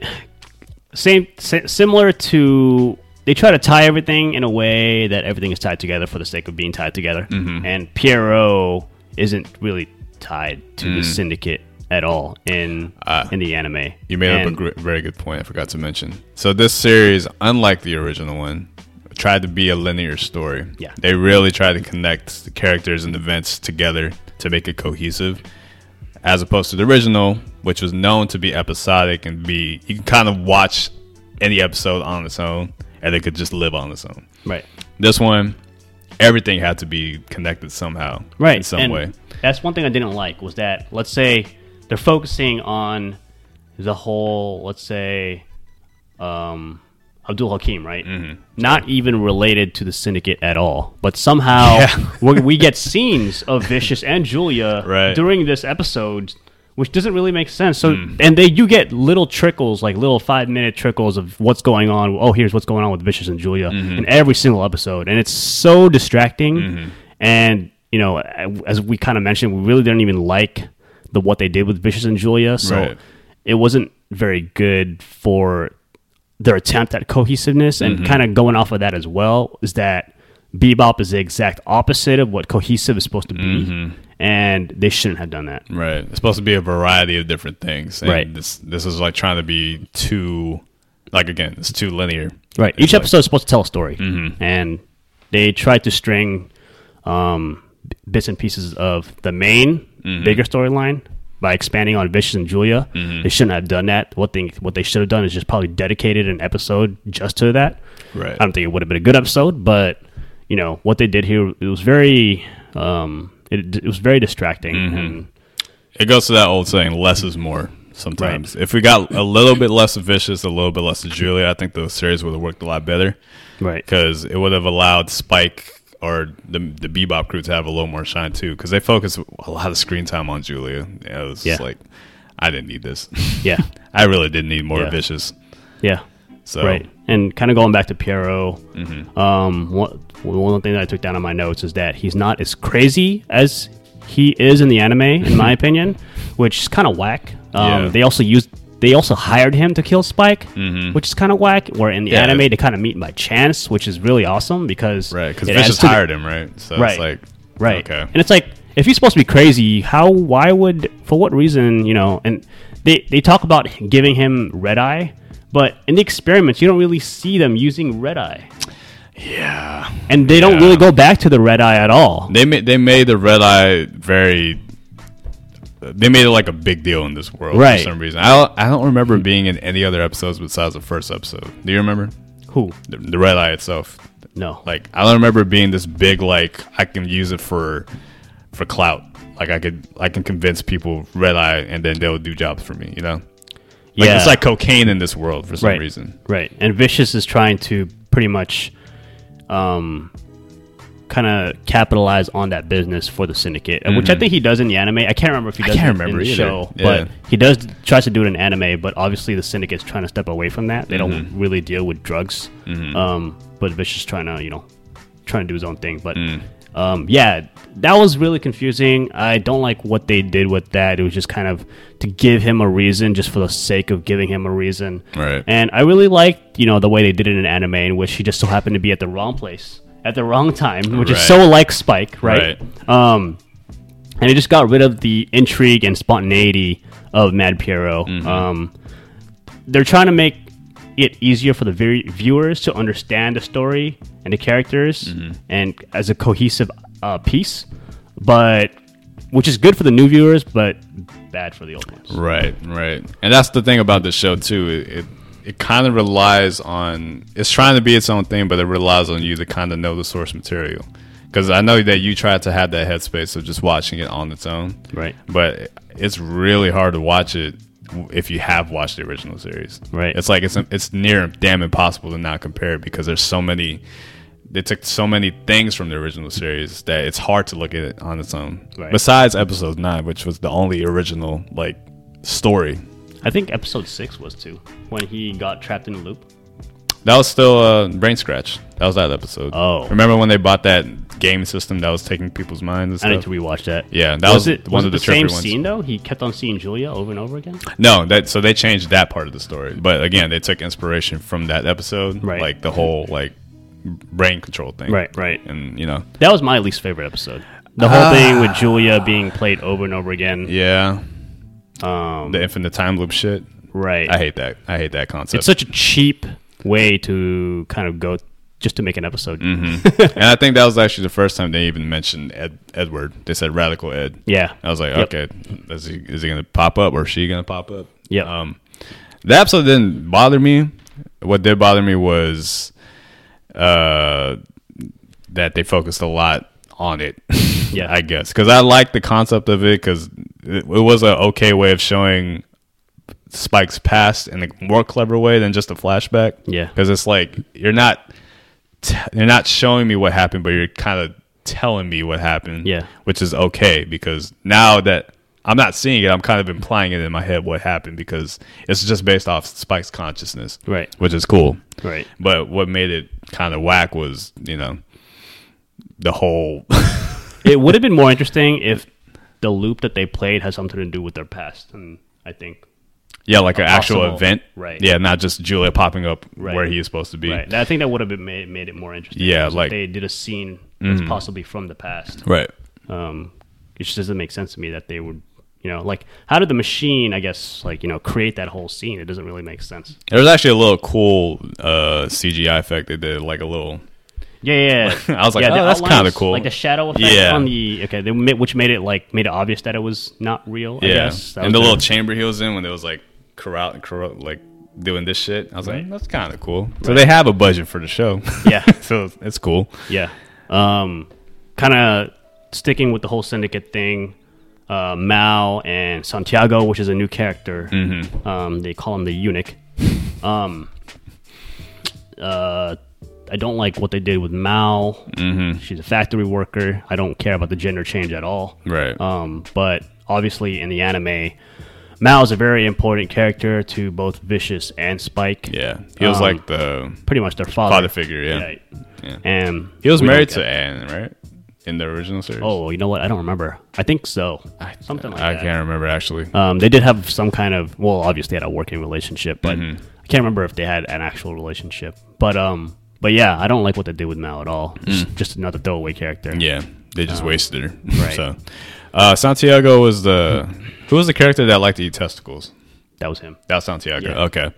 B: same si- similar to they try to tie everything in a way that everything is tied together for the sake of being tied together,
A: Mm-hmm.
B: and Pierrot isn't really tied to
A: Mm.
B: the syndicate at all in in the anime.
A: Uh, You made up a
B: And-
A: gr- very good point. I forgot to mention. So this series, unlike the original one, tried to be a linear story.
B: Yeah.
A: they really tried to connect the characters and events together to make it cohesive, as opposed to the original, which was known to be episodic and be you can kind of watch any episode on its own, and it could just live on its own.
B: right,
A: This one, everything had to be connected somehow,
B: right,
A: in some
B: and
A: way.
B: That's one thing I didn't like was that let's say they're focusing on the whole let's say um, Abdul Hakim, right?
A: Mm-hmm.
B: Not even related to the syndicate at all, but somehow
A: Yeah.
B: we, we get scenes of Vicious and Julia
A: Right.
B: during this episode, which doesn't really make sense. So, and they you get little trickles, like little five minute trickles of what's going on. Oh, here's what's going on with Vicious and Julia in every single episode, and it's so distracting. And you know, as we kind of mentioned, we really didn't even like the what they did with Vicious and Julia. So
A: Right.
B: it wasn't very good for their attempt at cohesiveness and kind of going off of that as well is that bebop is the exact opposite of what cohesive is supposed to be and they shouldn't have done that
A: Right. It's supposed to be a variety of different things. And
B: Right.
A: This this is like trying to be too like again, it's too linear.
B: right
A: It's
B: each
A: like-
B: episode is supposed to tell a story and they tried to string um, b- bits and pieces of the main bigger storyline by expanding on Vicious and Julia, they shouldn't have done that. What thing? What they should have done is just probably dedicated an episode just to that.
A: Right.
B: I don't think it would have been a good episode, but you know what they did here, it was very, um, it, it was very distracting.
A: Mm-hmm.
B: And
A: It goes to that old saying, less is more sometimes. If we got a little bit less of Vicious, a little bit less of Julia, I think the series would have worked a lot better
B: right,
A: because it would have allowed Spike or the the Bebop crew to have a little more shine too because they focus a lot of screen time on Julia. It was just
B: Yeah.
A: like, I didn't need this.
B: yeah,
A: I really didn't need more
B: Yeah.
A: Vicious.
B: yeah,
A: So Mm-hmm.
B: right. And kind of going back to Piero, um, what, one thing that I took down on my notes is that he's not as crazy as he is in the anime, in my opinion, which is kind of whack. Um,
A: Yeah.
B: They also used. They also hired him to kill Spike, which is kind of whack. Where in the
A: Mm-hmm. Yeah.
B: anime, they kind of meet by chance, which is really awesome because
A: Right, because
B: it
A: Vicious
B: adds to the-
A: hired him, right? So it's
B: Right.
A: like,
B: Right.
A: Okay.
B: And it's like if he's supposed to be crazy, how why would for what reason, you know, and they they talk about giving him red eye, but in the experiments you don't really see them using red eye.
A: yeah,
B: And they don't
A: Yeah.
B: really go back to the red eye at all.
A: they made they made the red eye very. They made it like a big deal in this world
B: Right.
A: for some reason. I don't, I don't remember it being in any other episodes besides the first episode. Do you remember
B: Who?
A: the, the red eye itself?
B: No.
A: Like I don't remember it being this big. Like I can use it for for clout. Like I could I can convince people red eye and then they'll do jobs for me. You know. Like,
B: Yeah.
A: It's like cocaine in this world for some
B: right.
A: reason.
B: Right. And Vicious is trying to pretty much um kind of capitalize on that business for the syndicate, uh, which I think he does in the anime. I can't remember if he does
A: Mm-hmm. can't
B: in-
A: remember
B: in the
A: either.
B: show,
A: Yeah.
B: but he does tries to do it in anime, but obviously the syndicate's trying to step away from that. They
A: Mm-hmm.
B: don't really deal with drugs. Um but Vicious trying to, you know, trying to do his own thing, but
A: Mm.
B: um yeah, that was really confusing. I don't like what they did with that. It was just kind of to give him a reason just for the sake of giving him a reason.
A: Right.
B: And I really liked, you know, the way they did it in anime, in which he just so happened to be at the wrong place at the wrong time, which
A: Right.
B: is so like Spike, right? Um, and it just got rid of the intrigue and spontaneity of Mad Piero. Um, they're trying to make it easier for the very viewers to understand the story and the characters and as a cohesive uh, piece, but which is good for the new viewers, but bad for the old ones.
A: Right, right. And that's the thing about the show too. It it, it kind of relies on it's trying to be its own thing, but it relies on you to kind of know the source material. Because I know that you tried to have that headspace of just watching it on its own,
B: Right.
A: But it's really hard to watch it w- if you have watched the original series,
B: Right.
A: It's like it's it's near damn impossible to not compare it because there's so many. They took so many things from the original series that it's hard to look at it on its own.
B: Right.
A: Besides episode nine, which was the only original like story
B: I think episode six was too when he got trapped in a loop.
A: That was still uh, brain scratch. That was that episode.
B: Oh.
A: remember when they bought that game system that was taking people's minds
B: I
A: and
B: need
A: stuff?
B: to rewatch that.
A: Oh. Yeah, that was
B: it.
A: one
B: was
A: of the
B: it the same
A: trippier ones.
B: scene though. He kept on seeing Julia over and over again.
A: no, that so they changed that part of the story. But again, they took inspiration from that episode,
B: Right.
A: Like the whole like brain control thing,
B: Right, right.
A: And you know,
B: That was my least favorite episode. The whole thing with Julia being played over and over again.
A: Ah. yeah,
B: Um,
A: the infinite time loop shit.
B: right.
A: I hate that. I hate that concept.
B: it's such a cheap way to kind of go just to make an episode.
A: and I think that was actually the first time they even mentioned Ed, Edward. They said radical Ed.
B: Yeah.
A: I was like,
B: Yep.
A: okay, is he, is he going to pop up or is she going to pop up?
B: Yep.
A: Um, the episode didn't bother me. What did bother me was uh, that they focused a lot on it.
B: Yeah.
A: I guess because I like the concept of it because it, it was an okay way of showing Spike's past in a more clever way than just a flashback.
B: Yeah.
A: because it's like you're not t- you're not showing me what happened, but you're kind of telling me what happened.
B: Yeah.
A: which is okay because now that I'm not seeing it, I'm kind of implying it in my head what happened because it's just based off Spike's consciousness.
B: Right.
A: which is cool.
B: Right.
A: But what made it kind of whack was you know the whole
B: It would have been more interesting if the loop that they played had something to do with their past, and I think
A: yeah like an actual
B: possible-
A: event
B: right.
A: yeah not just Julia popping up
B: Right.
A: where he is supposed to be
B: right. I think that would have been made, made it more interesting.
A: Yeah,
B: If
A: like- Mm-hmm.
B: they did a scene that's possibly from the past.
A: right
B: um, it just doesn't make sense to me that they would you know like how did the machine i guess like you know create that whole scene it doesn't really make sense
A: There was actually a little cool uh, CGI effect they did, like a little.
B: yeah yeah, yeah.
A: I was like,
B: yeah, the
A: "Oh, that's
B: outlines,
A: kinda cool."
B: like the shadow effect
A: Yeah.
B: on the okay they, ma- which made it like made it obvious that it was not real i
A: Yeah,
B: guess That
A: and the
B: was
A: little chamber he was in when it was like corral, corral like doing this shit. I was like,
B: Right.
A: that's kind of cool. So they have a budget for the show.
B: Yeah.
A: so it's cool.
B: Yeah. Um, kind of sticking with the whole syndicate thing. Uh, Mao and Santiago, which is a new character.
A: Mm-hmm.
B: Um, they call him the eunuch. Um, uh, I don't like what they did with Mao. Mm-hmm. She's a factory worker. I don't care about the gender change at all.
A: Right.
B: Um, but obviously, in the anime, Mao is a very important character to both Vicious and Spike.
A: yeah, he was
B: um,
A: like the
B: Pretty much their father.
A: father figure. Yeah,
B: Right.
A: Yeah.
B: And
A: he was
B: we don't
A: married
B: get-
A: to Anne, right? in the original series?
B: Oh, you know what? I don't remember. I think so. Something like
A: I
B: that.
A: can't remember actually.
B: Um, they did have some kind of well, obviously they had a working relationship, but
A: Mm-hmm.
B: I can't remember if they had an actual relationship. But um, but yeah, I don't like what they did with Mal at all. Just, just another throwaway character.
A: Mm. Yeah, they just wasted her.
B: Oh. right.
A: so, uh, Santiago was the who was the character that liked to eat testicles?
B: That was him.
A: That's Santiago.
B: Yeah.
A: Okay,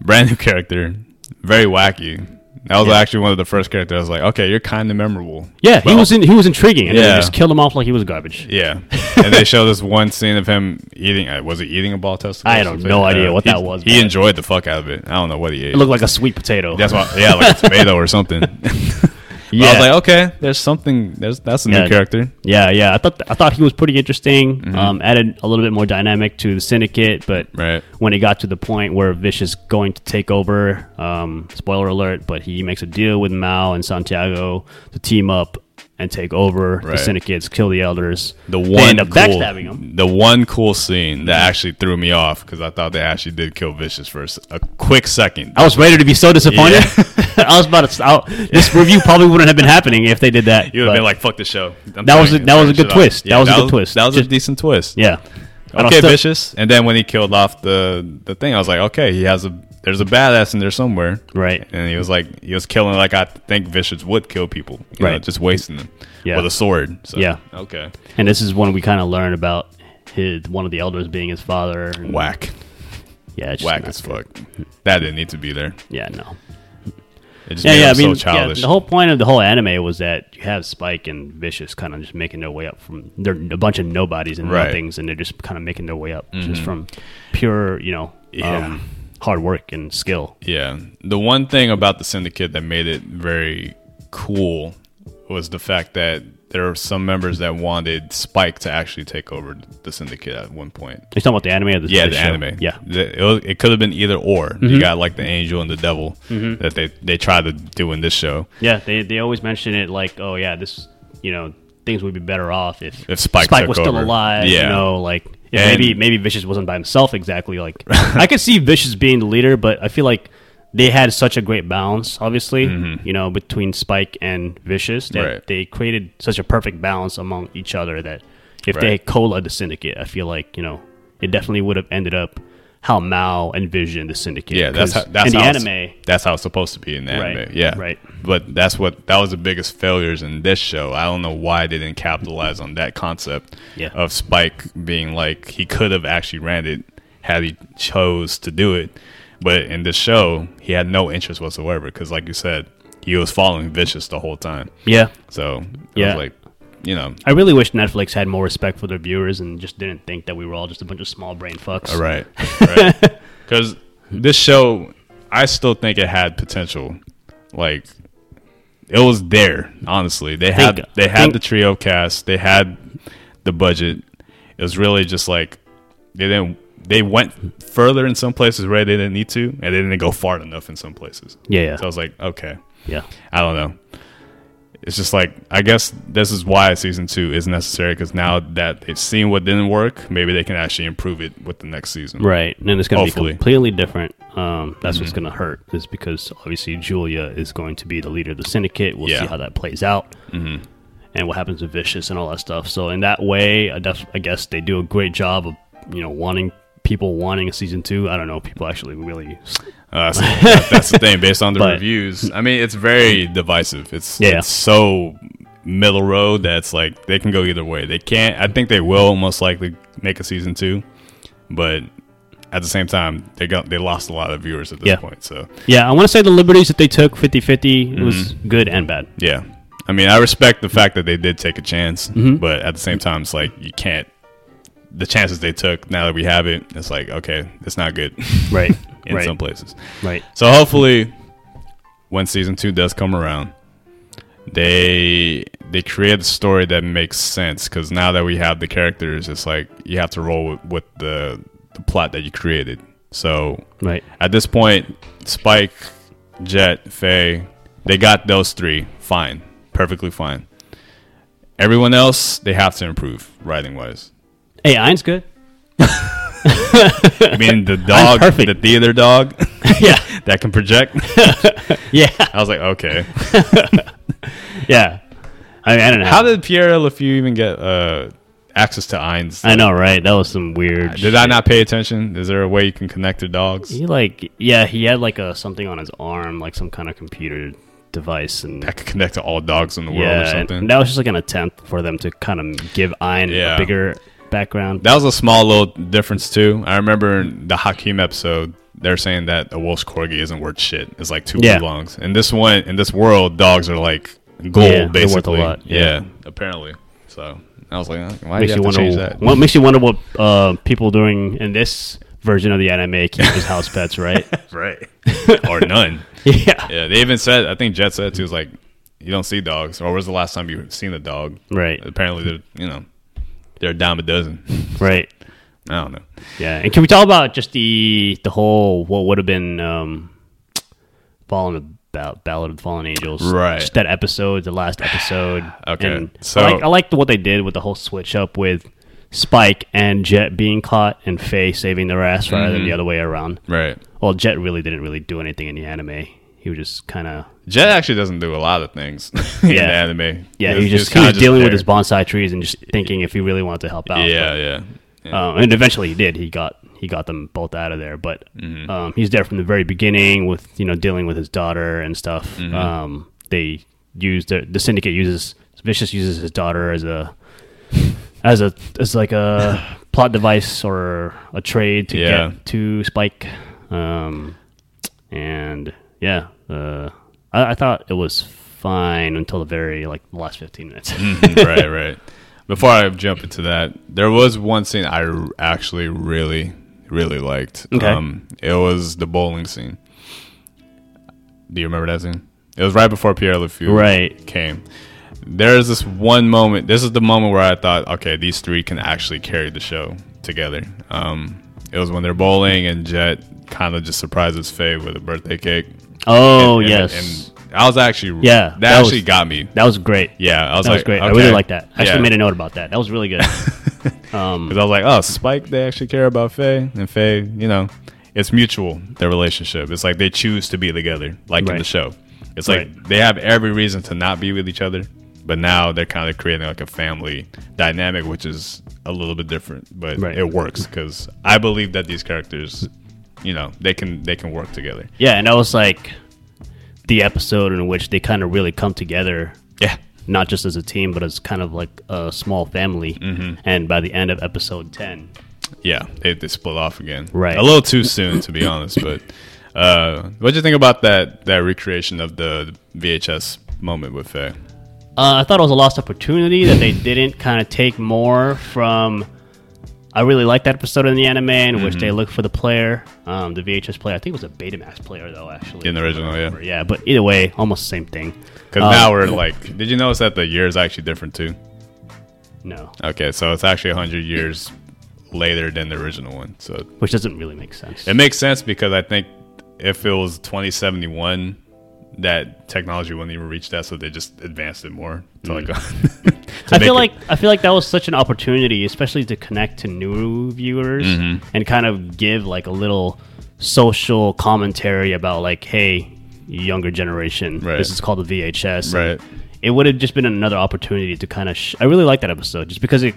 A: brand new character, very wacky. That was
B: Yeah.
A: actually one of the first characters. I was like, okay, you're kind of memorable.
B: Yeah, he
A: Well-
B: was in, he was intriguing, and they
A: Yeah.
B: just killed him off like he was garbage.
A: Yeah, and they show this one scene of him eating. uh, Was he eating a ball of testicles?
B: I don't- no idea what
A: uh, he-
B: that was,
A: He
B: but-
A: enjoyed the fuck out of it. I don't know what he ate.
B: It looked like a sweet potato.
A: That's why, yeah, like a tomato or something.
B: yeah.
A: I was like, okay, there's something. There's that's a
B: Yeah.
A: new character.
B: yeah, yeah. I thought I thought he was pretty interesting.
A: Mm-hmm.
B: Um, added a little bit more dynamic to the syndicate, but
A: Right.
B: when it got to the point where Vish is going to take over, um, spoiler alert, but he makes a deal with Mao and Santiago to team up and take over the
A: Right.
B: syndicates, kill the elders.
A: The
B: They
A: one
B: end up
A: cool,
B: backstabbing him.
A: The one cool scene that actually threw me off because I thought they actually did kill Vicious for a s- a quick second.
B: I was ready to be so disappointed. I was about to. I'll, this review probably wouldn't have been happening if they did that.
A: You would have
B: but-
A: been like, "Fuck the show." I'm
B: That was
A: turning-
B: a- that was a
A: turning
B: good
A: shit off.
B: twist. That was a good twist.
A: That was
B: Just-
A: a decent twist.
B: yeah. And I'll
A: Okay,
B: still-
A: Vicious. And then when he killed off the the thing, I was like, okay, he has a there's a badass in there somewhere.
B: Right.
A: And he was like, he was killing like I think Vicious would kill people. you know,
B: Right.
A: just wasting them
B: Yeah.
A: with a sword. So,
B: Yeah.
A: Okay.
B: And this is when we kind of learn about his one of the elders being his father. and-
A: Whack.
B: Yeah, it's just
A: Whack
B: not
A: as
B: good.
A: fuck. That didn't need to be there.
B: Yeah, no.
A: It just
B: Yeah,
A: made
B: yeah. I
A: him
B: mean,
A: so
B: yeah,
A: childish.
B: the whole point of the whole anime was that you have Spike and Vicious kind of just making their way up from they're a bunch of nobodies and
A: Right. Mm-hmm.
B: nothings, and they're just kind of making their way up just from pure, you know,
A: Yeah.
B: um, hard work and skill.
A: Yeah. The one thing about the syndicate that made it very cool was the fact that there were some members that wanted Spike to actually take over the syndicate at one point.
B: You talking about the anime or the
A: Yeah,
B: the
A: the
B: show?
A: anime.
B: Yeah,
A: The- it, was- it could have been either or. You got like the angel and the devil that they they tried to do in this show.
B: yeah. They they always mention it like, oh yeah, this you know things would be better off if
A: If Spike took
B: was still
A: over.
B: alive.
A: Yeah.
B: you know, like. If
A: And-
B: maybe maybe Vicious wasn't by himself exactly. Like I could see Vicious being the leader, but I feel like they had such a great balance, obviously, you know, between Spike and Vicious that
A: Mm-hmm. Right.
B: they created such a perfect balance among each other that if they
A: Right.
B: had cola the syndicate, I feel like you know it definitely would have ended up how Mao envisioned the syndicate.
A: Yeah, that's
B: 'Cause
A: how, that's
B: in the
A: how it's-
B: anime.
A: That's how it's supposed to be in the
B: Right,
A: anime. Yeah,
B: right.
A: But that's what that was the biggest failures in this show. I don't know why they didn't capitalize on that concept
B: Yeah.
A: of Spike being like he could have actually ran it had he chose to do it, but in this show he had no interest whatsoever because, like you said, he was following Vicious the whole time.
B: Yeah,
A: So it
B: Yeah.
A: was like, you know,
B: I really wish Netflix had more respect for their viewers and just didn't think that we were all just a bunch of small brain fucks.
A: Right. Right. Because this show, I still think it had potential. Like, it was there. Honestly, they had
B: Think-
A: they had
B: think-
A: the trio cast. They had the budget. It was really just like they didn't. They went further in some places where they didn't need to, and they didn't go far enough in some places.
B: Yeah, yeah,
A: So I was like, okay,
B: yeah.
A: I don't know. It's just like I guess this is why season two is necessary because now that they've seen what didn't work, maybe they can actually improve it with the next season.
B: Right, and then it's going to be
A: Hopefully. Mm-hmm.
B: completely different. Um, that's what's going to hurt is because obviously Julia is going to be the leader of the syndicate. We'll see
A: Yeah.
B: how that plays out, mm-hmm. and what happens with Vicious and all that stuff. So in that way, I, def- I guess they do a great job of you know wanting people wanting a season two. I don't know if people actually really.
A: Uh, so that- that's the thing. Based on the
B: But-
A: reviews, I mean, it's very divisive. It's
B: Yeah.
A: it's so middle road that's like they can go either way. They can't. I think they will most likely make a season two, but at the same time, they got they lost a lot of viewers at this
B: Yeah.
A: point. So
B: Yeah, I want to say the liberties that they took 50-50 it was
A: Mm-hmm.
B: good and bad.
A: yeah, I mean, I respect the fact that they did take a chance,
B: Mm-hmm.
A: but at the same time, it's like you can't. The chances they took now that we have it, it's like okay, it's not good
B: Right,
A: in
B: right,
A: some places.
B: right.
A: So hopefully, when season two does come around, they they create a story that makes sense. Because now that we have the characters, it's like you have to roll with, with the the plot that you created. So
B: Right.
A: at this point, Spike, Jet, Faye, they got those three fine, perfectly fine. Everyone else, they have to improve writing wise.
B: Hey, Ayn's good.
A: I mean, the dog,
B: perfect.
A: the theater dog
B: yeah.
A: that can project.
B: Yeah.
A: I was like, okay.
B: Yeah. I, I don't know.
A: How did Pierre LeFew even get uh, access to Ein's?
B: I know, right? That was some weird.
A: Did I not pay attention? Is there a way you can connect the dogs?
B: He like yeah, he had like a something on his arm, like some kind of computer device, and
A: I could connect to all dogs in the world
B: yeah,
A: or
B: and
A: something.
B: that was just like an attempt for them to kind of give Ein
A: Yeah.
B: a bigger background.
A: That was a small little difference too. I remember in the Hakim episode, they're saying that a Welsh corgi isn't worth shit. It's like two
B: Yeah.
A: oolongs. In this one, in this world, dogs are like gold,
B: Yeah, they're worth a
A: basically.
B: lot, yeah.
A: apparently. So I was like, "Huh, why
B: makes
A: do
B: you
A: you have to change
B: wonder.
A: that?
B: What makes you wonder what uh, people doing in this version of the anime keep as house pets, right?
A: right? or none.
B: yeah.
A: Yeah, they even said. I think Jet said too. Was like, you don't see dogs. Or was the last time you seen a dog?
B: Right.
A: Apparently, they're you know, they're a dime a dozen.
B: Right.
A: I don't know.
B: Yeah, and can we talk about just the the whole what would have been um, fallen about Ballad of the Fallen Angels,
A: Right.
B: Just that episode, the last episode.
A: Okay,
B: and
A: so-
B: I like, I liked what they did with the whole switch up with Spike and Jet being caught and Faye saving their ass rather
A: Mm-hmm.
B: than the other way around.
A: Right.
B: Well, Jet really didn't really do anything in the anime. He was just kind of
A: Jet actually doesn't do a lot of things in the
B: Yeah.
A: anime.
B: yeah,
A: He's-
B: he was just
A: he's
B: kind
A: kinda
B: of dealing with
A: there.
B: his bonsai trees and just thinking if he really wanted to help out.
A: Yeah, yeah.
B: Um, and eventually he did. He got he got them both out of there. But
A: Mm-hmm.
B: um, he's there from the very beginning with you know dealing with his daughter and stuff.
A: Mm-hmm.
B: Um, they use the the syndicate uses vicious uses his daughter as a as a as like a plot device or a trade to
A: Yeah.
B: get to Spike. Um, and yeah, uh, I, I thought it was fine until the very like last fifteen minutes.
A: Mm-hmm. right, right. Before I jump into that, there was one scene I r- actually really, really liked. Um,
B: Okay.
A: it was the bowling scene. Do you remember that scene? It was right before Pierre LeFou
B: Right.
A: came. There's this one moment. This is the moment where I thought, okay, these three can actually carry the show together. Um, it was when they're bowling and Jet kind of just surprises Faye with a birthday cake.
B: oh
A: And- and-
B: yes,
A: And I was actually
B: Yeah,
A: that,
B: that was-
A: actually got me.
B: that was great.
A: Yeah, I was
B: That
A: like,
B: was great. I
A: okay.
B: really like that. I
A: Yeah.
B: actually made a note about that. That was really good. um,
A: Because I was like, oh, Spike, they actually care about Faye. And Faye, you know, it's mutual, their relationship. It's like they choose to be together, like in
B: Right.
A: the show. It's like
B: Right.
A: they have every reason to not be with each other, but now they're kind of creating like a family dynamic, which is a little bit different, but
B: Right.
A: it works because I believe that these characters, you know, they can they can work together.
B: yeah, and that was like the episode in which they kind of really come together,
A: Yeah.
B: not just as a team, but as kind of like a small family.
A: Mm-hmm.
B: And by the end of episode ten,
A: Yeah, they, they split off again.
B: Right.
A: A little too soon, to be honest. But uh, what'd you think about that that recreation of the VHS moment with Faye?
B: uh, I thought it was a lost opportunity that they didn't kind of take more from. I really liked that episode in the anime in which
A: Mm-hmm.
B: they look for the player, um, the VHS player. I think it was a Betamax player though, actually.
A: In the original, yeah.
B: yeah, but either way, almost the same thing.
A: Because
B: Um,
A: now we're like, did you notice that the year is actually different too?
B: No,
A: Okay, so it's actually 100 years later than the original one. So
B: which doesn't really make sense.
A: it makes sense because I think if it was 2071, that technology wouldn't even reach that, so they just advanced it more. To like to
B: I
A: make
B: feel
A: it-
B: like I feel like that was such an opportunity, especially to connect to new viewers
A: Mm-hmm.
B: and kind of give like a little social commentary about like, hey, younger generation,
A: Right.
B: this is called the VHS.
A: Right.
B: It would have just been another opportunity to kind of. Sh- I really like that episode just because it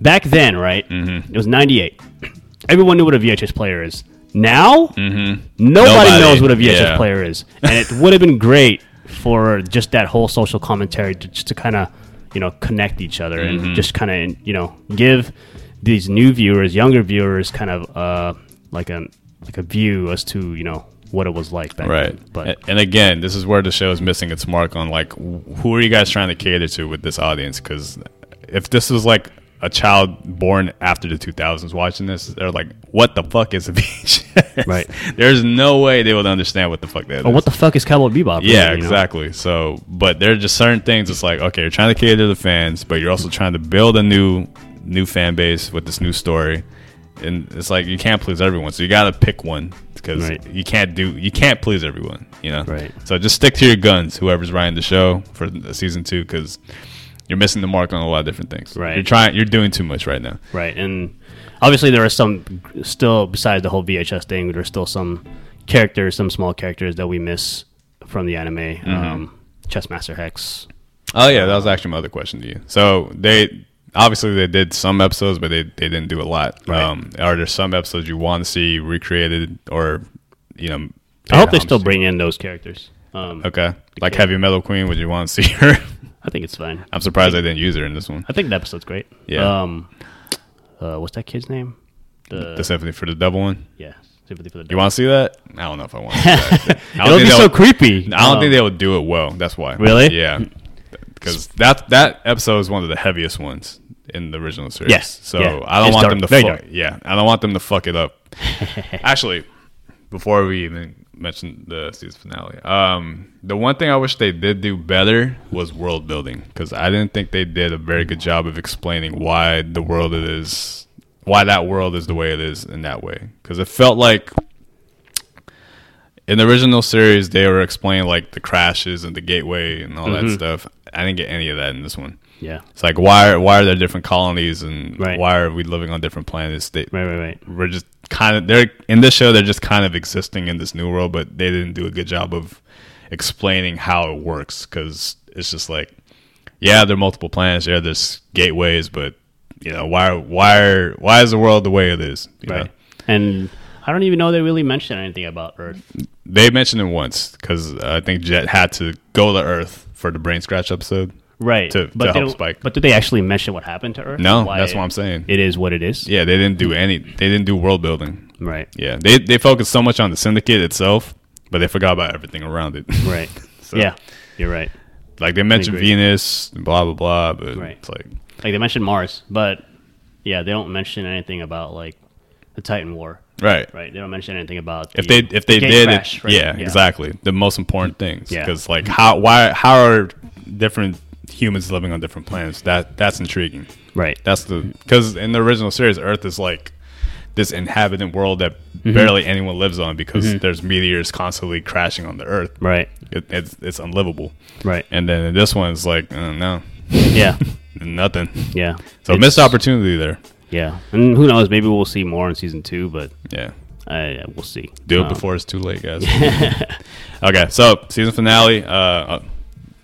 B: back then, right?
A: Mm-hmm.
B: It was '98. Everyone knew what a VHS player is. Now, nobody,
A: Mm-hmm. Nobody.
B: knows what a VHS
A: Yeah.
B: player is, and it would have been great for just that whole social commentary to, just to kind of you know connect each other
A: Mm-hmm.
B: and just kind of you know give these new viewers, younger viewers, kind of uh, like a like a view as to you know what it was like back
A: Right. Eh,
B: then.
A: But
B: But
A: and again, this is where the show is missing its mark on like wh- who are you guys trying to cater to with this audience? Because if this was like a child born after the 2000s watching this, they're like, "What the fuck is a VHS?"
B: Right.
A: There's no way they would understand what the fuck that is.
B: but what the fuck is Cowboy Bebop? really,
A: yeah,
B: you know?
A: exactly. So, but there are just certain things. It's like, okay, you're trying to cater to the fans, but you're also trying to build a new, new fan base with this new story, and it's like you can't please everyone. So you got to pick one because
B: Right.
A: you can't do, you can't please everyone. You know.
B: Right.
A: So just stick to your guns, whoever's writing the show for the season two, because you're missing the mark on a lot of different things.
B: Right.
A: You're trying, you're doing too much right now.
B: Right, and obviously there are some still besides the whole VHS thing. There's still some
A: Mm-hmm.
B: characters, some small characters that we miss from the anime. Um, Chessmaster Hex,
A: Oh yeah, that was actually my other question to you. So they obviously they did some episodes, but they, they didn't do a lot.
B: Right.
A: Um, are there some episodes you want to see recreated or you know?
B: I hope they
A: paid
B: still
A: homage
B: bring in those characters. Um,
A: to? Okay, like Heavy Metal Queen. Would you want to see her?
B: I think it's fine.
A: I'm surprised they didn't use her in this one.
B: I think the episode's great.
A: Yeah.
B: Um, uh, what's that kid's name? The,
A: The Symphony for the Devil one.
B: yeah, sympathy for the
A: You
B: devil.
A: want to see that? I don't know if I want. to see that. I
B: It'll
A: don't
B: be
A: think
B: so
A: they'll-
B: creepy.
A: I don't
B: Um,
A: think they would do it well. That's why.
B: Really?
A: Yeah. Because that that episode is one of the heaviest ones in the original series.
B: Yes.
A: So
B: Yeah.
A: I don't
B: It's
A: want
B: dark.
A: them to.
B: Very
A: Fu-
B: dark.
A: yeah, I don't want them to fuck it up. Actually, before we even mention the season finale, um, the one thing I wish they did do better was world building because I didn't think they did a very good job of explaining why the world it is, why that world is the way it is in that way. Because it felt like in the original series they were explaining like the crashes and the gateway and all
B: Mm-hmm.
A: that stuff. I didn't get any of that in this one.
B: Yeah.
A: It's like why are, why are there different colonies and
B: Right.
A: why are we living on different planets? They,
B: Right, right, right.
A: We're just kind of they're in this show. They're just kind of existing in this new world, but they didn't do a good job of explaining how it works because it's just like, yeah, there are multiple planets. Yeah, there's gateways, but you know why why are, why is the world the way it is? you know?
B: Right. And I don't even know they really mentioned anything about Earth.
A: They mentioned it once because I think Jet had to go to Earth for the brain scratch episode.
B: Right.
A: To- to
B: they
A: help
B: don't-
A: Spike.
B: But did they actually mention what happened to Earth?
A: No,
B: Why
A: that's what I'm saying.
B: It is what it is.
A: Yeah, they didn't do any. They didn't do world building.
B: Right.
A: Yeah, they they focused so much on the syndicate itself, but they forgot about everything around it.
B: Right.
A: So-
B: Yeah. You're right.
A: like they mentioned
B: agree.
A: Venus, blah blah blah, but
B: Right.
A: it's like
B: Like they mentioned Mars, but yeah, they don't mention anything about like the Titan War.
A: right.
B: Right. They don't mention anything about
A: If
B: the-
A: they if they
B: the gate
A: did
B: crash,
A: it,
B: right?
A: yeah, exactly. The most important things,
B: Yeah.
A: because like how why how are different humans living on different planets? That that's intriguing.
B: Right.
A: That's the because in the original series, Earth is like this inhabited world that
B: Mm-hmm.
A: barely anyone lives on because there's meteors constantly crashing on the Earth.
B: Right.
A: It, it's it's unlivable.
B: Right.
A: And then in this one, it's like uh, no,
B: Yeah.
A: nothing.
B: Yeah.
A: So
B: It's-
A: missed opportunity there.
B: Yeah. And who knows? Maybe we'll see more in season two, but
A: Yeah,
B: I, we'll see.
A: do it
B: Um,
A: before it's too late, guys. okay, so season finale. Uh, uh,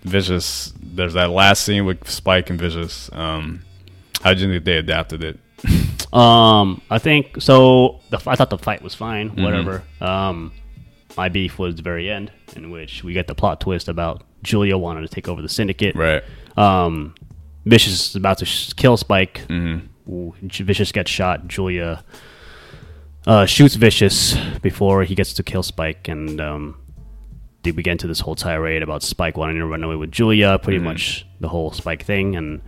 A: Vicious. There's that last scene with Spike and Vicious. Um, how do you think they adapted it?
B: Um, I think so. The, f- I thought the fight was fine,
A: Mm-hmm.
B: whatever. Um, my beef was the very end, in which we get the plot twist about Julia wanted to take over the syndicate.
A: Right.
B: Um, Vicious is about to sh- kill Spike. Ooh, J- Vicious gets shot. Julia uh, shoots Vicious before he gets to kill Spike, and um, they begin to this whole tirade about Spike wanting to run away with Julia. Pretty much the whole Spike thing, and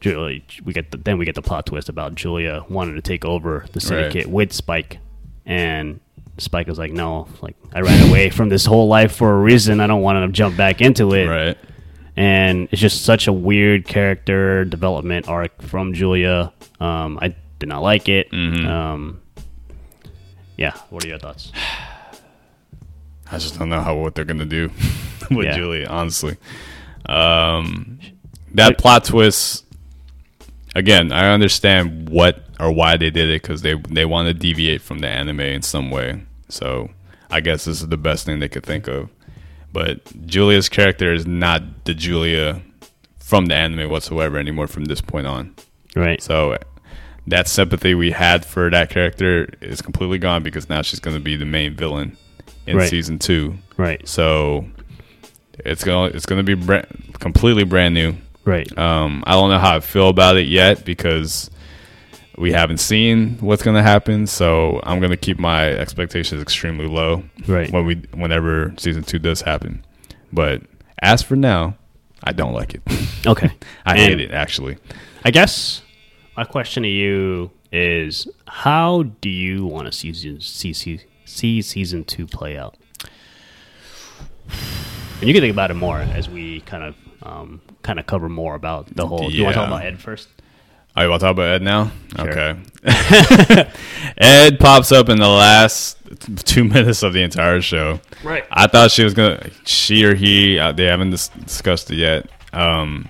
B: Julia, we get the, then we get the plot twist about Julia wanting to take over the syndicate with Spike, and. Spike was like, no, like I ran away from this whole life for a reason. I don't want to jump back into it
A: Right.
B: and it's just such a weird character development arc from Julia. Um, I did not like it. Um, yeah, what are your thoughts?
A: I just don't know how what they're gonna do with
B: Yeah.
A: Julia, honestly. Um, that plot twist. Again, I understand what or why they did it because they they want to deviate from the anime in some way. So I guess this is the best thing they could think of. But Julia's character is not the Julia from the anime whatsoever anymore from this point on.
B: Right,
A: So that sympathy we had for that character is completely gone because now she's going to be the main villain in
B: Right.
A: season two.
B: right,
A: So it's going to it's going to be bra- completely brand new.
B: right,
A: Um, I don't know how I feel about it yet because we haven't seen what's going to happen. So I'm going to keep my expectations extremely low
B: right.
A: when we whenever season two does happen. But as for now, I don't like it.
B: Okay,
A: I
B: And
A: hate it actually.
B: I guess my question to you is: How do you want to see season, see, see, see season two play out? And you can think about it more as we kind of um, kind of cover more about the whole. Do you want to talk
A: Yeah.
B: about Ed first?
A: Are you want to talk about Ed now?
B: Sure.
A: Okay. Ed pops up in the last two minutes of the entire show.
B: Right.
A: I thought she was gonna, she or he. Uh, they haven't dis- discussed it yet. Um,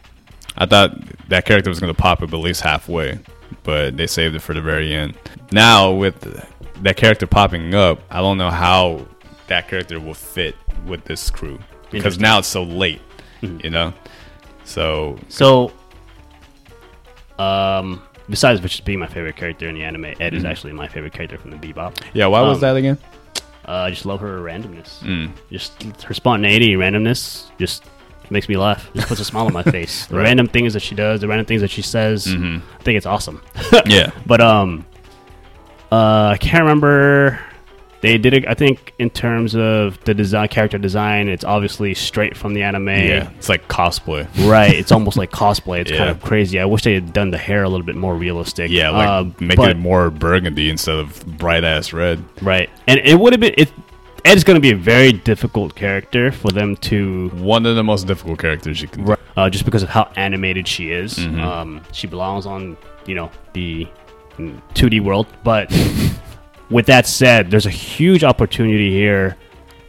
A: I thought that character was gonna pop up at least halfway, but they saved it for the very end. Now with that character popping up, I don't know how that character will fit with this crew because Mm-hmm.
B: Interesting.
A: now it's so late. You know. So
B: So, um, besides which being my favorite character in the anime, Ed is actually my favorite character from the Bebop.
A: yeah, why was
B: Um,
A: that again?
B: Uh, I just love her randomness. Just her spontaneity, randomness, just makes me laugh. Just puts a smile on my face. The random things that she does, the random things that she says. I think it's awesome.
A: Yeah,
B: But um, uh, I can't remember. They did it. I think in terms of the design, character design, it's obviously straight from the anime.
A: yeah, it's like cosplay.
B: Right, it's almost like cosplay. It's
A: Yeah.
B: kind of crazy. I wish they had done the hair a little bit more realistic.
A: Yeah, like
B: Uh,
A: make
B: but-
A: it more burgundy instead of bright ass red.
B: right. And it would have been. It, Ed's going to be a very difficult character for them to,
A: One of the most difficult characters you can.
B: uh, just because of how animated she is. Um, she belongs on you know the two D world. But with that said, there's a huge opportunity here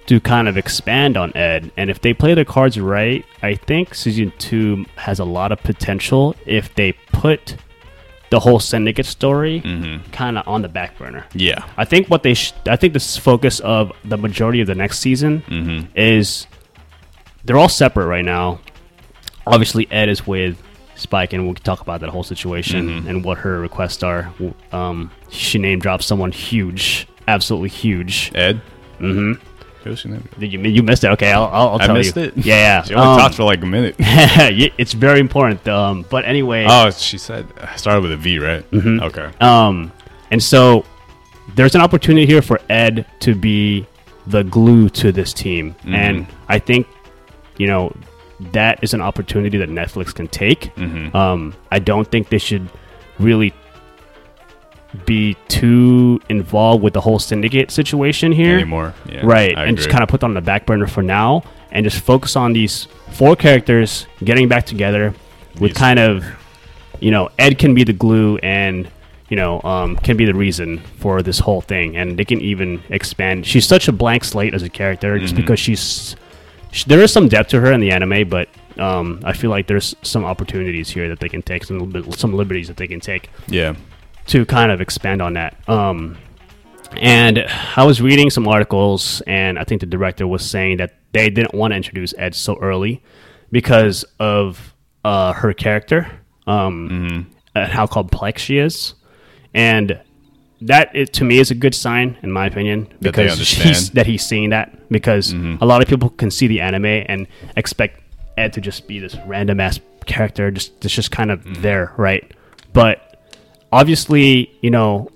B: to kind of expand on Ed. And if they play their cards right, I think season two has a lot of potential if they put the whole syndicate story kind of on the back burner.
A: Yeah,
B: I think what they sh- I think this focus of the majority of the next season
A: Mm-hmm.
B: is they're all separate right now. Obviously, Ed is with Spike, and we can talk about that whole situation
A: Mm-hmm.
B: and what her requests are. W- Um, she name drops someone huge, absolutely huge.
A: Ed. Mm-hmm.
B: Did you you missed it? Okay, I'll, I'll, I'll
A: I
B: tell
A: missed
B: you.
A: it.
B: Yeah,
A: She
B: yeah.
A: only
B: Um,
A: talked for like a minute.
B: yeah, it's very important. Um, but anyway,
A: Oh, she said started with a V, right? Mm-hmm. Okay.
B: Um, and so there's an opportunity here for Ed to be the glue to this team. And I think, you know, that is an opportunity that Netflix can take. Um, I don't think they should really be too involved with the whole syndicate situation here.
A: Anymore, yeah,
B: Right.
A: I
B: and just
A: agree.
B: kind of put that on the back burner for now and just focus on these four characters getting back together with
A: Yes.
B: kind of, you know, Ed can be the glue and, you know, um, can be the reason for this whole thing. And they can even expand. She's such a blank slate as a character just
A: Mm-hmm.
B: because she's. She, there is some depth to her in the anime, but. Um, I feel like there's some opportunities here that they can take, some little bit, some liberties that they can take
A: yeah.
B: to kind of expand on that. Um, and I was reading some articles, and I think the director was saying that they didn't want to introduce Ed so early because of uh, her character, um,
A: Mm-hmm.
B: and how complex she is, and that it, to me is a good sign, in my opinion,
A: That they
B: because she's,
A: understand. Mm-hmm.
B: that he's seeing that because a lot of people can see the anime and expect Ed to just be this random ass character, just that's just kind of
A: Mm-hmm.
B: there, right? But obviously, you know,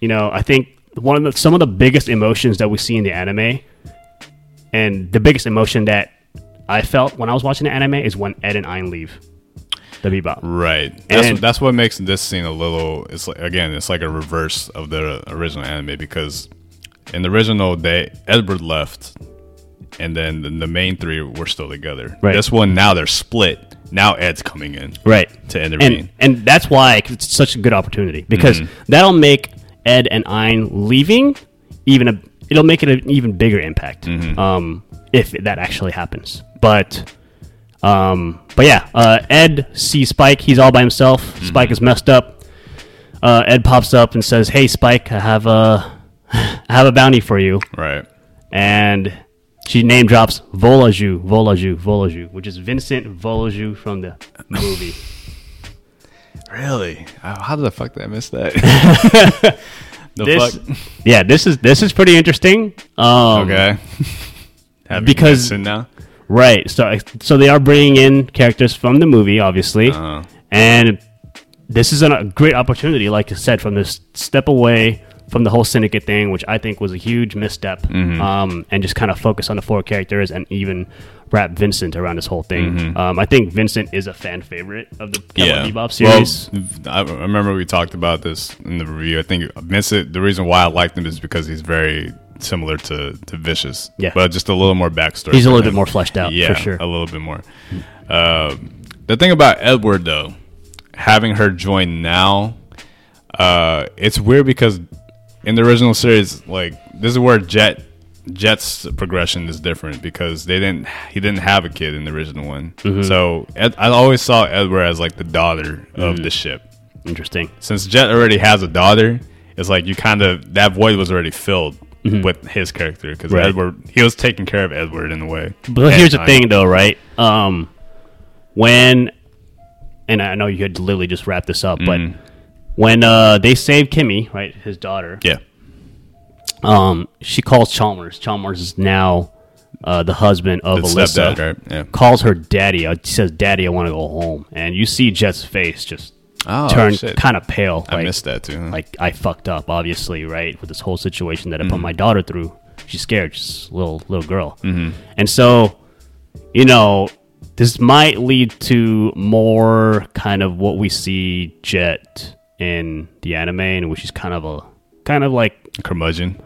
B: you know, I think one of the, some of the biggest emotions that we see in the anime, and the biggest emotion that I felt when I was watching the anime is when Ed and Ayn leave the Bebop.
A: Right. That's
B: And-
A: what, that's what makes this scene a little. It's like again, it's like a reverse of the original anime because in the original, they Edward left, and then the, the main three were still together.
B: Right.
A: This one now they're split. Now Ed's coming in
B: Right.
A: to end the
B: and
A: reunion.
B: and that's why it's such a good opportunity because that'll make Ed and Ein leaving even a it'll make it an even bigger impact um, if that actually happens. But um, but yeah, uh, Ed sees Spike. He's all by himself. Spike is messed up. Uh, Ed pops up and says, "Hey, Spike, I have a I have a bounty for you."
A: Right.
B: and she name drops Volaju, Volaju, Volaju, which is Vincent Volaju from the movie.
A: Really? Uh, How did the fuck did I miss that? the
B: this,
A: fuck.
B: yeah, this is this is pretty interesting. Um,
A: Okay. Have you
B: Because-
A: listened now.
B: right. So so they are bringing in characters from the movie, obviously,
A: Uh,
B: and this is an, a great opportunity, like I said, from this step away from the whole syndicate thing, which I think was a huge misstep,
A: Mm-hmm.
B: um, and just kind of focus on the four characters and even wrap Vincent around this whole thing. Um, I think Vincent is a fan favorite of the Cowboy Bebop series.
A: Mm-hmm. Well, I I remember we talked about this in the review. I think Vincent, the reason why I liked him is because he's very similar to, to Vicious.
B: Yeah.
A: But just a little more backstory.
B: He's a
A: for
B: little
A: him.
B: bit more fleshed out,
A: Yeah,
B: for sure.
A: a little bit more. Uh, the thing about Edward, though, having her join now, uh, it's weird because in the original series, like this is where Jet Jet's progression is different because they didn't he didn't have a kid in the original one.
B: Mm-hmm.
A: So Ed, I always saw Edward as like the daughter
B: Mm-hmm.
A: of the ship.
B: Interesting.
A: Since Jet already has a daughter, it's like you kind of that void was already filled. With his character, because
B: Mm-hmm. Right.
A: Edward, he was taking care of Edward in a way.
B: But here's the
A: And I-
B: thing, though, right? Um, when, and I know you had literally just wrapped this up,
A: Mm-hmm.
B: but when uh, they saved Kimmy, right, his daughter,
A: Yeah.
B: um, she calls Chalmers. Chalmers is now uh, the husband of
A: The
B: Alyssa.
A: stepdad, right? Yeah.
B: Calls her daddy. Uh, She says, "Daddy, I want to go home." And you see Jet's face just
A: Oh,
B: turn
A: shit.
B: kind of pale.
A: I
B: like,
A: missed that too. huh?
B: like I fucked up, obviously, right, with this whole situation that I put my daughter through. She's scared, she's a little little girl, mm-hmm. and so you know this might lead to more kind of what we see Jet in the anime, and which is kind of a kind of like
A: curmudgeon.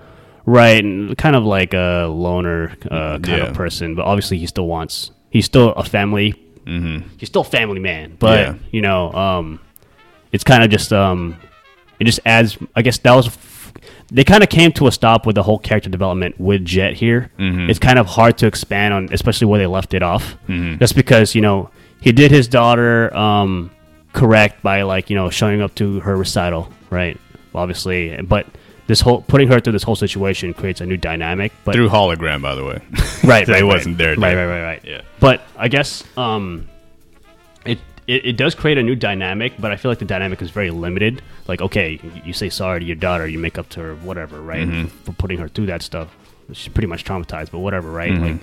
B: right, and kind of like a loner uh, kind
A: Yeah.
B: of person, but obviously he still wants he's still a family, mm-hmm. he's still a family man, but
A: Yeah.
B: you know, um, it's kind of just um, it just adds. I guess that was f- they kind of came to a stop with the whole character development with Jet here. It's kind of hard to expand on, especially where they left it off, just because you know he did his daughter um, correct by like you know showing up to her recital, right? Obviously, but this whole putting her through this whole situation creates a new dynamic. But
A: Through hologram, by the way.
B: right,
A: They
B: right,
A: wasn't there,
B: Right,
A: dude.
B: right, right, right.
A: Yeah.
B: But I guess um, it, it it does create a new dynamic, but I feel like the dynamic is very limited. Like, okay, you- you say sorry to your daughter, you make up to her, whatever, right,
A: Mm-hmm.
B: for putting her through that stuff. She's pretty much traumatized, but whatever, right?
A: Mm-hmm.
B: Like,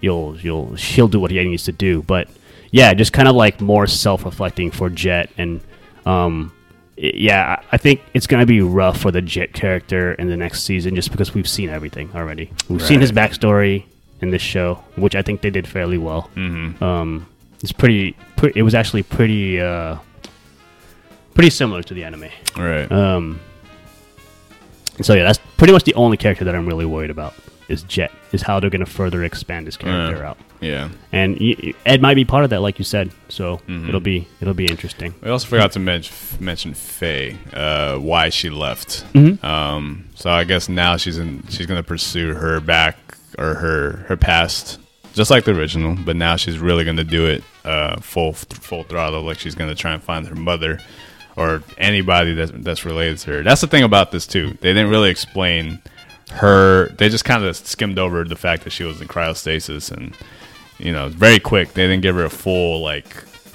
B: you'll you'll she'll do what he needs to do, but yeah, just kind of like more self reflecting for Jet and um. i- Yeah, I- I think it's gonna be rough for the Jet character in the next season, just because we've seen everything already. We've seen his backstory in this show, which I think they did fairly well. Mm-hmm. Um, it's pretty, pre- It was actually pretty, uh, pretty similar to the anime.
A: right.
B: Um, so yeah, that's pretty much the only character that I'm really worried about is Jet. Is how they're going to further expand this character
A: Yeah.
B: out,
A: yeah.
B: and y- y- Ed might be part of that, like you said. So it'll be it'll be interesting.
A: We also forgot to men- mention Faye, uh, why she left. Um, so I guess now she's in. She's gonna pursue her back or her her past, just like the original. But now she's really gonna do it uh, full full throttle. Like she's gonna try and find her mother or anybody that's that's related to her. That's the thing about this too. They didn't really explain her. They just kind of skimmed over the fact that she was in cryostasis and you know, very quick. They didn't give her a full like.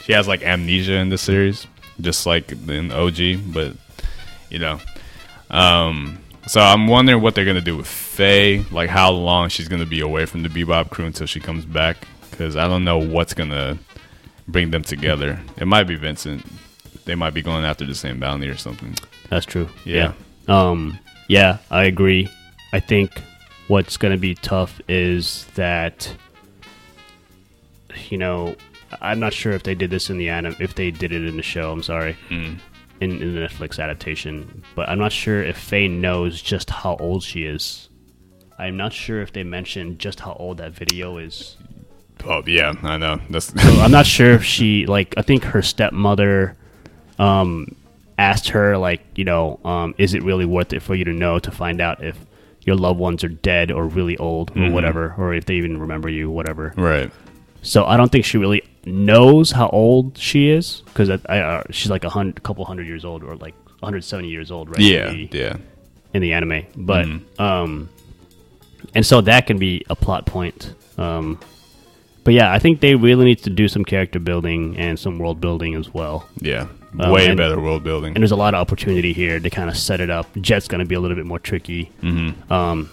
A: She has like amnesia in this series, just like in OG. But you know, um, so I'm wondering what they're gonna do with Faye. Like how long she's gonna be away from the Bebop crew until she comes back? Because I don't know what's gonna bring them together. It might be Vincent. They might be going after the same bounty or something.
B: That's true.
A: Yeah.
B: Yeah. Um, yeah, I agree. I think what's going to be tough is that, you know, I'm not sure if they did this in the anime, if they did it in the show, I'm sorry, in, in the Netflix adaptation, but I'm not sure if Faye knows just how old she is. I'm not sure if they mentioned just how old that video is.
A: Oh yeah, I know. That's
B: I'm not sure if she like I think her stepmother um asked her like, you know, um is it really worth it for you to know to find out if your loved ones are dead or really old or whatever or if they even remember you whatever.
A: right.
B: So I don't think she really knows how old she is cuz I, I uh, she's like a hundred, couple hundred years old or like 170 years old right?
A: Yeah,
B: Maybe
A: yeah.
B: in the anime. But
A: Mm-hmm.
B: um, and so that can be a plot point. Um, but yeah, I think they really need to do some character building and some world building as well.
A: Yeah,
B: Um,
A: way
B: and-
A: better world building.
B: And there's a lot of opportunity here to kind of set it up. Jet's going to be a little bit more tricky. Um,
A: Mm-hmm.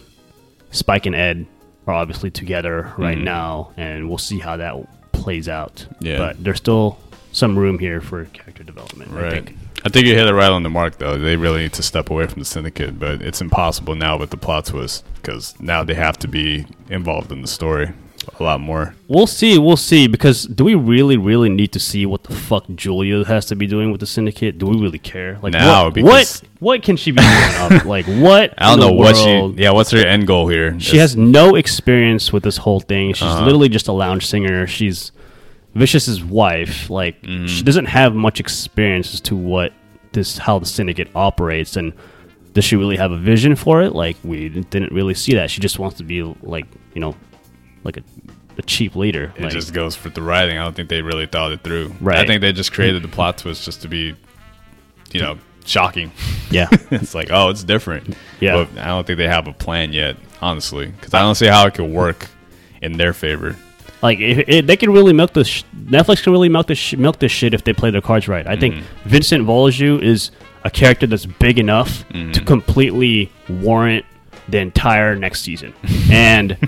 B: Spike and Ed are obviously together right now, and we'll see how that plays out.
A: Mm-hmm. Yeah.
B: But there's still some room here for character development. I
A: Right.
B: think.
A: I think you hit it right on the mark, though. They really need to step away from the syndicate, but it's impossible now with the plot twist because now they have to be involved in the story a lot more.
B: We'll see, we'll see. Because do we really, really need to see what the fuck Julia has to be doing with the syndicate? Do we really care? Like
A: No,
B: what,
A: because-
B: what what can she be doing? Up? Like what?
A: I don't
B: in
A: know
B: the
A: what
B: world?
A: she. Yeah, what's her end goal here?
B: She has no experience with this whole thing. She's
A: Uh-huh.
B: literally just a lounge singer. She's Vicious's wife. Like she
A: Mm-hmm.
B: doesn't have much experience as to what this how the syndicate operates and does she really have a vision for it? Like we didn't really see that. She just wants to be like, you know, like a, a cheap leader.
A: It
B: like,
A: just goes for the writing. I don't think they really thought it through. I
B: Right.
A: think they just created the plot twist just to be, you know, shocking.
B: Yeah.
A: it's like, oh, it's different.
B: Yeah.
A: But I don't think they have a plan yet, honestly, because I don't see how it could work in their favor.
B: Like if, if they can really milk this. Sh- Netflix can really milk this sh- milk this shit if they play their cards right. I think Vincent Volju is a character that's big enough to completely warrant the entire next season. and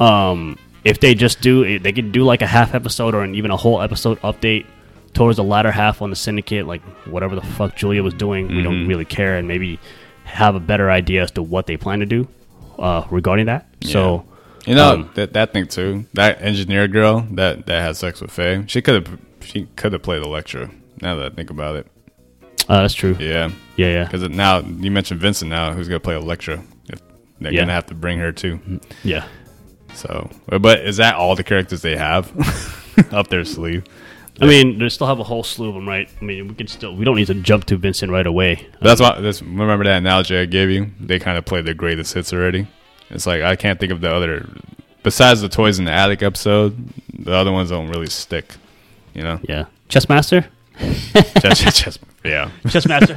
B: um, if they just do, they can do like a half episode or an, even a whole episode update towards the latter half on the syndicate, like whatever the fuck Julia was doing, we don't really care, and maybe have a better idea as to what they plan to do uh, regarding that. So
A: You know that that thing too. That engineer girl that that had sex with Faye. She could have she could have played Electra. Now that I think about it,
B: uh, that's true. Yeah,
A: yeah.
B: yeah, yeah.
A: Because now you mentioned Vincent. Now who's gonna play Electra? If they're
B: Yeah.
A: gonna have to bring her too. So, but is that all the characters they have up their sleeve?
B: I mean, they still have a whole slew of them, right? I mean, we can still we don't need to jump to Vincent right away.
A: That's why. That's, remember that analogy I gave you? They kind of play their greatest hits already. It's like I can't think of the other besides the toys in the attic episode. The other ones don't really stick. You know,
B: Yeah, Chessmaster,
A: Chess- chess- yeah,
B: Chessmaster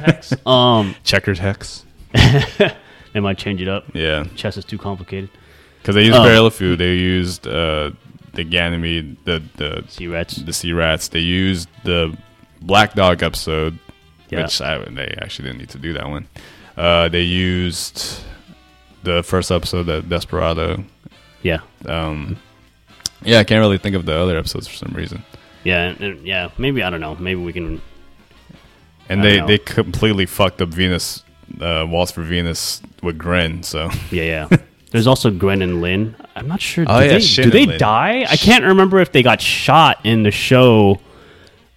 B: Hex. Um,
A: checkers hex.
B: they might change it up.
A: Yeah,
B: Chess is too complicated.
A: because they used
B: Oh.
A: Paralafu. They used uh, the Ganymede, the the
B: Sea rats.
A: the sea rats. They used the black dog episode,
B: Yeah.
A: which I, they actually didn't need to do that one. Uh, they used the first episode, the Desperado.
B: Yeah,
A: Um, yeah, I can't really think of the other episodes for some reason.
B: yeah, and- and- yeah. Maybe I don't know. Maybe we can.
A: And
B: I
A: they
B: know.
A: they completely fucked up Venus, uh, Waltz for Venus with Grin. So
B: Yeah, yeah. There's also Gwen and Lynn. I'm not sure. Do
A: Oh, yeah,
B: they,
A: Shin
B: do
A: and
B: they
A: Lin.
B: die? I can't remember if they got shot in the show.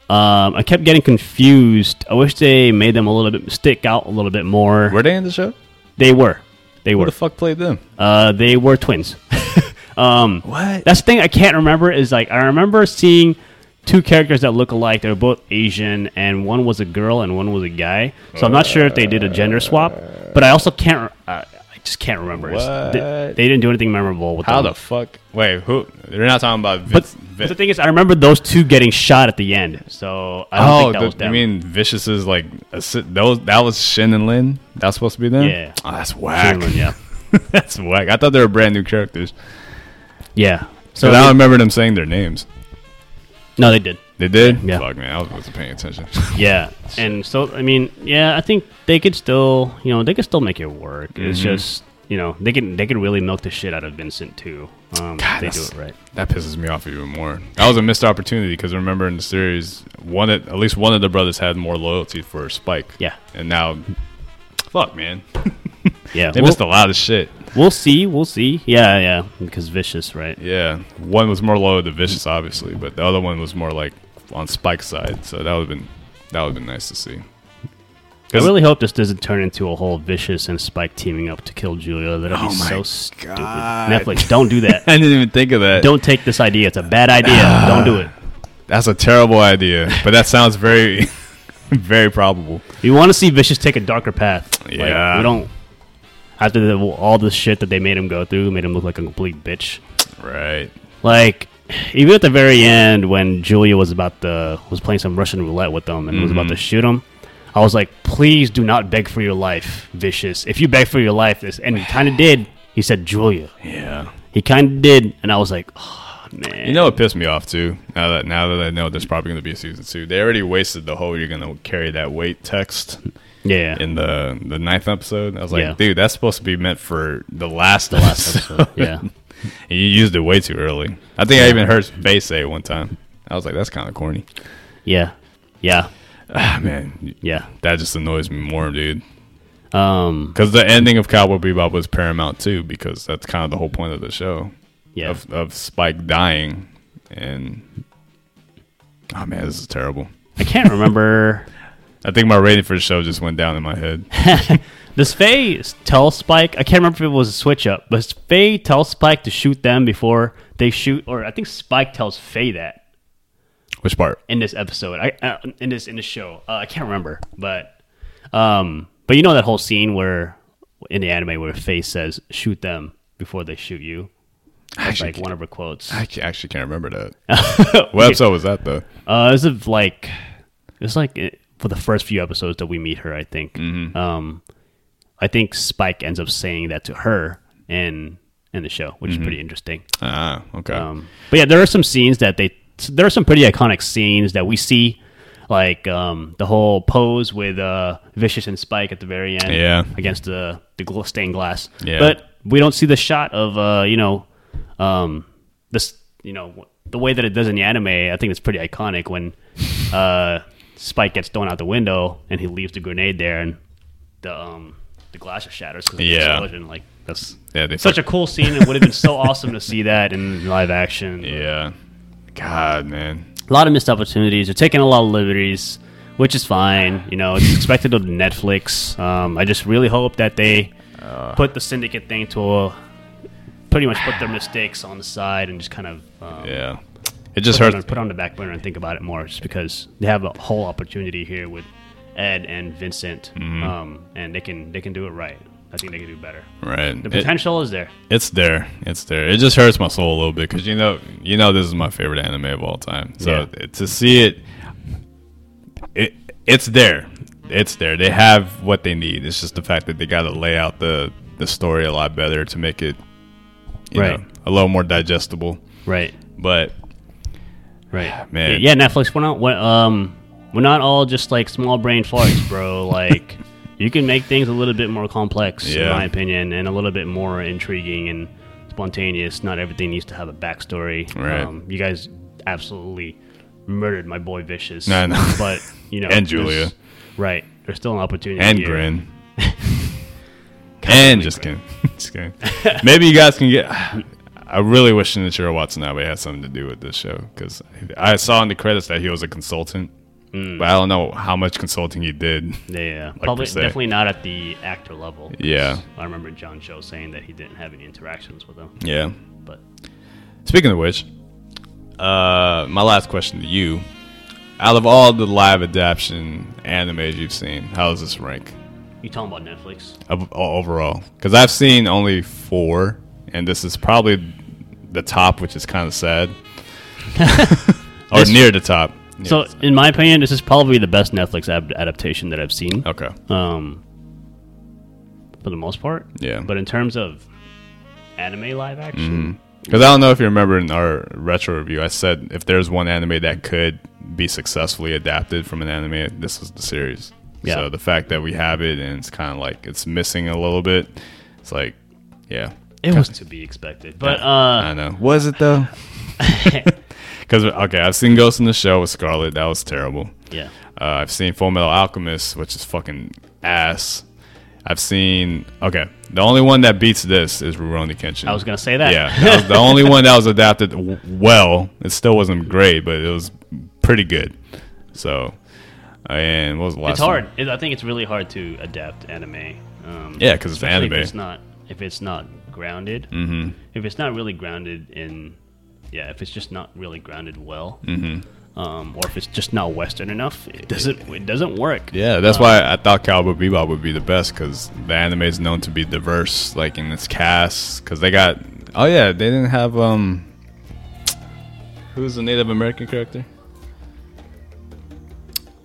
B: Um, I kept getting confused. I wish they made them a little bit stick out a little bit more.
A: were they in the show?
B: they were, they
A: Who
B: were,
A: the fuck played them?
B: uh, they were twins.
A: What?
B: That's the thing I can't remember is like I remember seeing two characters that look alike. They were both Asian, and one was a girl and one was a guy. So I'm not sure if they did a gender swap, but I also can't. Uh, I just can't remember. It's- They,
A: What?
B: they didn't do anything memorable with
A: How
B: them.
A: the fuck? Wait, who? They're not talking about.
B: but,
A: Vince,
B: but the thing is, I remember those two getting shot at the end. So I don't
A: Oh,
B: think that
A: the-
B: was them.
A: you mean Vicious's like assi- those? That was Shin and Lin. That's supposed to be them.
B: Yeah.
A: oh, that's
B: Shin
A: whack.
B: and Lin, yeah,
A: that's whack. I thought they were brand new characters.
B: yeah.
A: So
B: So
A: I don't remember them saying their names.
B: no, they did.
A: They did.
B: Yeah.
A: Fuck man, I was- wasn't paying attention.
B: Yeah, and so I mean, yeah, I think they could still, you know, they could still make it work. It's
A: Mm-hmm.
B: just, you know, they can they can really milk the shit out of Vincent too. Um, if they do
A: that's-
B: it right.
A: that pisses me off even more. That was a missed opportunity because remember in the series, one of- at least one of the brothers had more loyalty for Spike.
B: Yeah,
A: and now, fuck man,
B: yeah.
A: they
B: we'll,
A: missed a lot of shit.
B: we'll see, we'll see. Yeah, yeah, because vicious, right?
A: Yeah, one was more loyal to Vicious, obviously, but the other one was more like on Spike's side. So that would have been that would have been nice to see.
B: I really hope this doesn't turn into a whole vicious and Spike teaming up to kill Julia. That'll be
A: Oh my
B: so stupid.
A: God.
B: Netflix, don't do that.
A: I didn't even think of that.
B: don't take this idea. It's a bad idea. don't do it.
A: That's a terrible idea, but that sounds very, very probable.
B: You want to see Vicious take a darker path. Like,
A: Yeah.
B: we don't. After the, all the shit that they made him go through, made him look like a complete bitch.
A: Right.
B: Like, even at the very end, when Julia was about to was playing some Russian roulette with them and was about
A: Mm-hmm.
B: to shoot him, I was like, "Please do not beg for your life, Vicious. If you beg for your life, this." And he kind of did. He said, "Julia."
A: Yeah.
B: He kind of did, and I was like, "Oh man."
A: You know what pissed me off too? Now that now that I know there's probably going to be a season two, they already wasted the whole "you're going to carry that weight" text
B: yeah.
A: in the the ninth episode. I was like,
B: Yeah.
A: dude, that's supposed to be meant for the last the
B: Last episode. yeah.
A: You used it way too early. I think I even heard Faye say it one time. I was like, that's kind of corny.
B: Yeah. Yeah.
A: Ah, man.
B: Yeah.
A: That just annoys me more, dude.
B: Um.
A: Because the ending of Cowboy Bebop was paramount, too, because that's kind of the whole point of the show
B: Yeah.
A: of, of Spike dying. And, oh, man, this is terrible.
B: I can't remember.
A: I think my rating for the show just went down in my head.
B: Does Faye tell Spike? I can't remember if it was a switch up, but Faye tells Spike to shoot them before they shoot, or I think Spike tells Faye that
A: Which part?
B: in this episode. I uh, in this in this show, uh, I can't remember, but um, but you know that whole scene where in the anime where Faye says shoot them before they shoot you. That's
A: actually
B: like one of her quotes.
A: I ca- actually can't remember that. what episode was that, though?
B: Uh, this is like it's like it, for the first few episodes that we meet her. I think. Um, I think Spike ends up saying that to her, and in the show, which is pretty interesting.
A: Ah, okay.
B: Um, but yeah, there are some scenes that they there are some pretty iconic scenes that we see, like um, the whole pose with uh, Vicious and Spike at the very end,
A: Yeah.
B: against the the gl- stained glass.
A: Yeah.
B: But we don't see the shot of uh, you know, um, this you know the way that it does in the anime. I think it's pretty iconic when uh, Spike gets thrown out the window and he leaves the grenade there and the um, the glass just shatters. 'cause of the
A: Yeah.
B: explosion. Like that's
A: Yeah, they
B: such a cool scene. It would have been so awesome to see that in live action.
A: yeah. God, man.
B: A lot of missed opportunities. They're taking a lot of liberties, which is fine. You know, it's expected of Netflix. Um, I just really hope that they put the syndicate thing to a, pretty much put their mistakes on the side and just kind of um,
A: Yeah. It just
B: put, it on,
A: hurts.
B: put it on the back burner and think about it more, just because they have a whole opportunity here with Ed and Vincent, um, and they can they can do it right. I think they can do better.
A: Right.
B: The
A: It-
B: potential is there.
A: It's there. It's there. It just hurts my soul a little bit because you know, you know, this is my favorite anime of all time. So to see it, it, it's there. It's there. They have what they need. It's just the fact that they got to lay out the the story a lot better to make it, you
B: Right.
A: know, a little more digestible.
B: Right.
A: But
B: Right,
A: Man.
B: Yeah, Netflix. We're not. We're, um, we're not all just like small brain farts, bro. Like, you can make things a little bit more complex, in
A: Yeah.
B: my opinion, and a little bit more intriguing and spontaneous. Not everything needs to have a backstory. Um,
A: Right.
B: you guys absolutely murdered my boy Vicious.
A: I know.
B: But you know,
A: And
B: there's-
A: Julia.
B: Right. There's still an opportunity.
A: and
B: here.
A: grin, and just kidding, just kidding. Maybe you guys can get. I really wish Nichiro Watanabe had something to do with this show because I saw in the credits that he was a consultant, but I don't know how much consulting he did.
B: Yeah.
A: per
B: Probably
A: se.
B: definitely not at the actor level.
A: Yeah.
B: I remember John Cho saying that he didn't have any interactions with him,
A: Yeah.
B: but
A: Speaking of which, uh, my last question to you: Out of all the live adaptation animes you've seen, how does this rank
B: you talking about Netflix?
A: of- o- overall? Because I've seen only four, and this is probably the top, which is kind of sad, or
B: This-
A: near the top.
B: So, in my opinion, this is probably the best Netflix ab- adaptation that I've seen,
A: okay,
B: um, for the most part.
A: Yeah.
B: But in terms of anime live action,
A: because I don't know if you remember in our retro review, I said if there's one anime that could be successfully adapted from an anime, this is the series.
B: Yeah.
A: So the fact that we have it and it's kind of like it's missing a little bit, it's like, Mm-hmm. yeah,
B: it was to be expected. But uh,
A: I know. Was it though? Because okay, I've seen Ghost in the Shell with Scarlet. That was terrible.
B: yeah,
A: Uh, I've seen Full Metal Alchemist, which is fucking ass. I've seen okay. The only one that beats this is Rurouni Kenshin.
B: I was gonna say that.
A: yeah, that was the only one that was adapted w- well. It still wasn't great, but it was pretty good. So, and what was the last?
B: it's hard. It, I think it's really hard to adapt anime. Um,
A: Yeah, 'cause it's
B: especially
A: anime. Mm-hmm.
B: If it's not if it's not grounded. If it's not really grounded in, yeah, if it's just not really grounded well.
A: Mm-hmm.
B: Um, or if it's just not Western enough, it doesn't it doesn't work.
A: Yeah, that's why I thought Cowboy Bebop would be the best because the anime is known to be diverse, like in its cast. Because they got oh yeah, they didn't have um, who's the Native American character?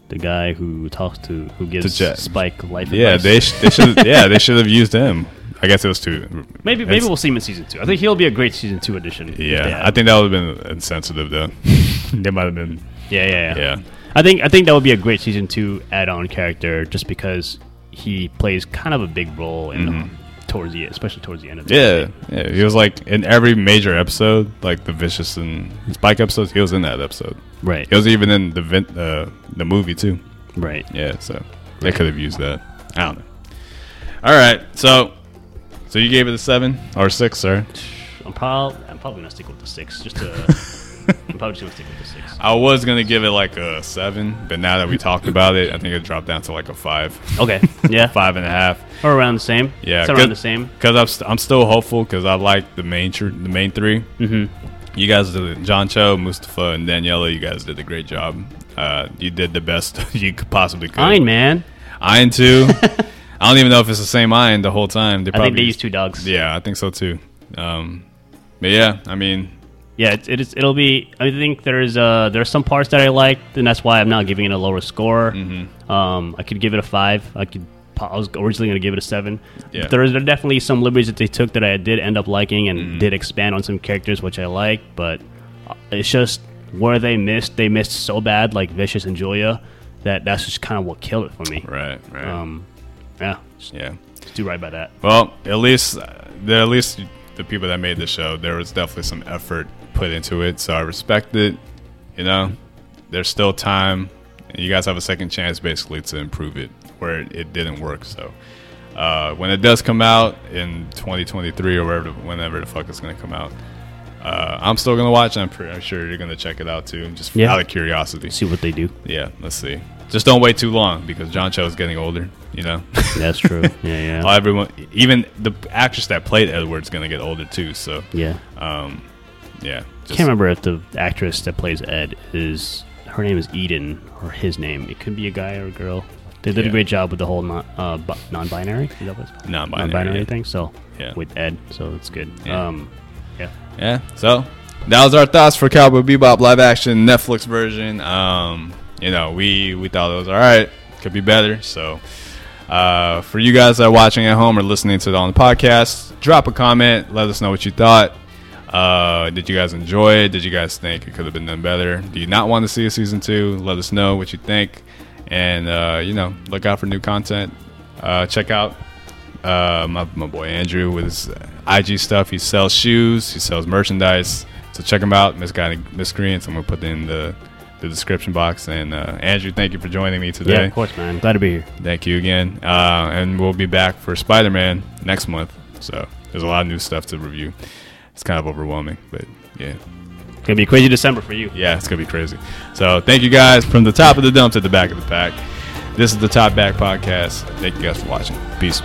B: the guy who talks to who
A: To
B: gives
A: Jack.
B: Spike life.
A: Yeah,
B: advice.
A: they, sh- they should yeah they should have used him. I guess it was too.
B: maybe maybe
A: it's-
B: we'll see him in season two. I think he'll be a great season two addition. if they
A: Yeah,
B: add-
A: I think that would have been insensitive though. they might have been
B: yeah, yeah, yeah,
A: yeah
B: I think I think that would be a great season two add-on character, just because he plays kind of a big role in
A: Mm-hmm.
B: the, towards the especially towards the end of the
A: yeah yeah. He was like in every major episode, like the Vicious and Spike episodes. He was in that episode.
B: right,
A: He was even in the vin- uh, the movie too.
B: right.
A: Yeah, so they could have used that. I don't know. All right, so so you gave it a seven or six, sir.
B: I'm probably I'm probably gonna stick with the six. Just to, I'm probably just gonna stick with the six.
A: I was gonna give it like a seven, but now that we talked about it, I think it dropped down to like a five,
B: Okay, yeah,
A: five and a half.
B: or around the same.
A: Yeah,
B: it's around the same.
A: Because I'm, st- I'm still hopeful because I like the main tr- the main 3 Mm-hmm. You guys did it. John Cho, Mustafa, and Daniela. You guys did a great job. Uh, you did the best you could possibly could.
B: Fine, man.
A: Iron two. I don't even know if it's the same Iron the whole time. They
B: I think they
A: probably-
B: use two dogs.
A: Yeah, I think so too. Um, but yeah, I mean,
B: yeah, it, it is. It'll be. I think there's uh there's some
A: Mm-hmm.
B: parts that I liked, and that's why I'm not giving it a lower score. Um, I could give it a five. I could po- I was originally going to give it a seven.
A: Yeah.
B: There are definitely some liberties that they took that I did end up liking and
A: Mm-hmm.
B: did expand on some characters which I like, but uh, it's just where they missed. They missed so bad, like Vicious and Julia, that that's just kind of what killed it for me.
A: Right, right.
B: Um, yeah, just
A: yeah.
B: do right by that.
A: Well, at least uh, the at least the people that made the show, there was definitely some effort put into it, so I respect it. You know, there's still time, and you guys have a second chance basically to improve it where it, it didn't work. So uh, when it does come out in 2023 or wherever, whenever the fuck it's gonna come out. Uh, I'm still gonna watch. I'm, pretty, I'm sure you're gonna check it out too, just
B: Yeah.
A: out of curiosity.
B: See what they do.
A: Yeah, let's see. Just don't wait too long because John Cho is getting older. You know,
B: That's true. yeah,
A: Well,
B: yeah,
A: everyone, even the actress that played Edward's gonna get older too. So
B: yeah.
A: yeah, just-
B: can't remember if the actress that plays Ed is her name is Eden or his name. It could be a guy or a girl. They did
A: Yeah.
B: a great job with the whole non, uh, bi- non-binary, is that what it's called?
A: Non-binary, yeah.
B: thing. So
A: Yeah.
B: with Ed, so it's good.
A: Yeah.
B: Um, yeah,
A: yeah. So that was our thoughts for Cowboy Bebop live action Netflix version. Um, you know, we we thought it was all right. Could be better. So uh, for you guys that are watching at home or listening to it on the podcast, drop a comment. Let us know what you thought. Uh, did you guys enjoy it? Did you guys think it could have been done better? Do you not want to see a season two? Let us know what you think. And, uh, you know, look out for new content. Uh, check out uh, my, my boy Andrew with his IG stuff. He sells shoes, he sells merchandise. So check him out, Misguided Miscreants. I'm going to put in the, the description box. And uh, Andrew, thank you for joining me today.
B: yeah, of course, man. Glad to be here.
A: Thank you again. Uh, and we'll be back for Spider Man next month. So there's a lot of new stuff to review. It's kind of overwhelming, but yeah.
B: It's gonna be a crazy December for you.
A: Yeah, it's going to be crazy. So thank you guys from the top of the dump to the back of the pack. This is the Top Back Podcast. Thank you guys for watching. Peace.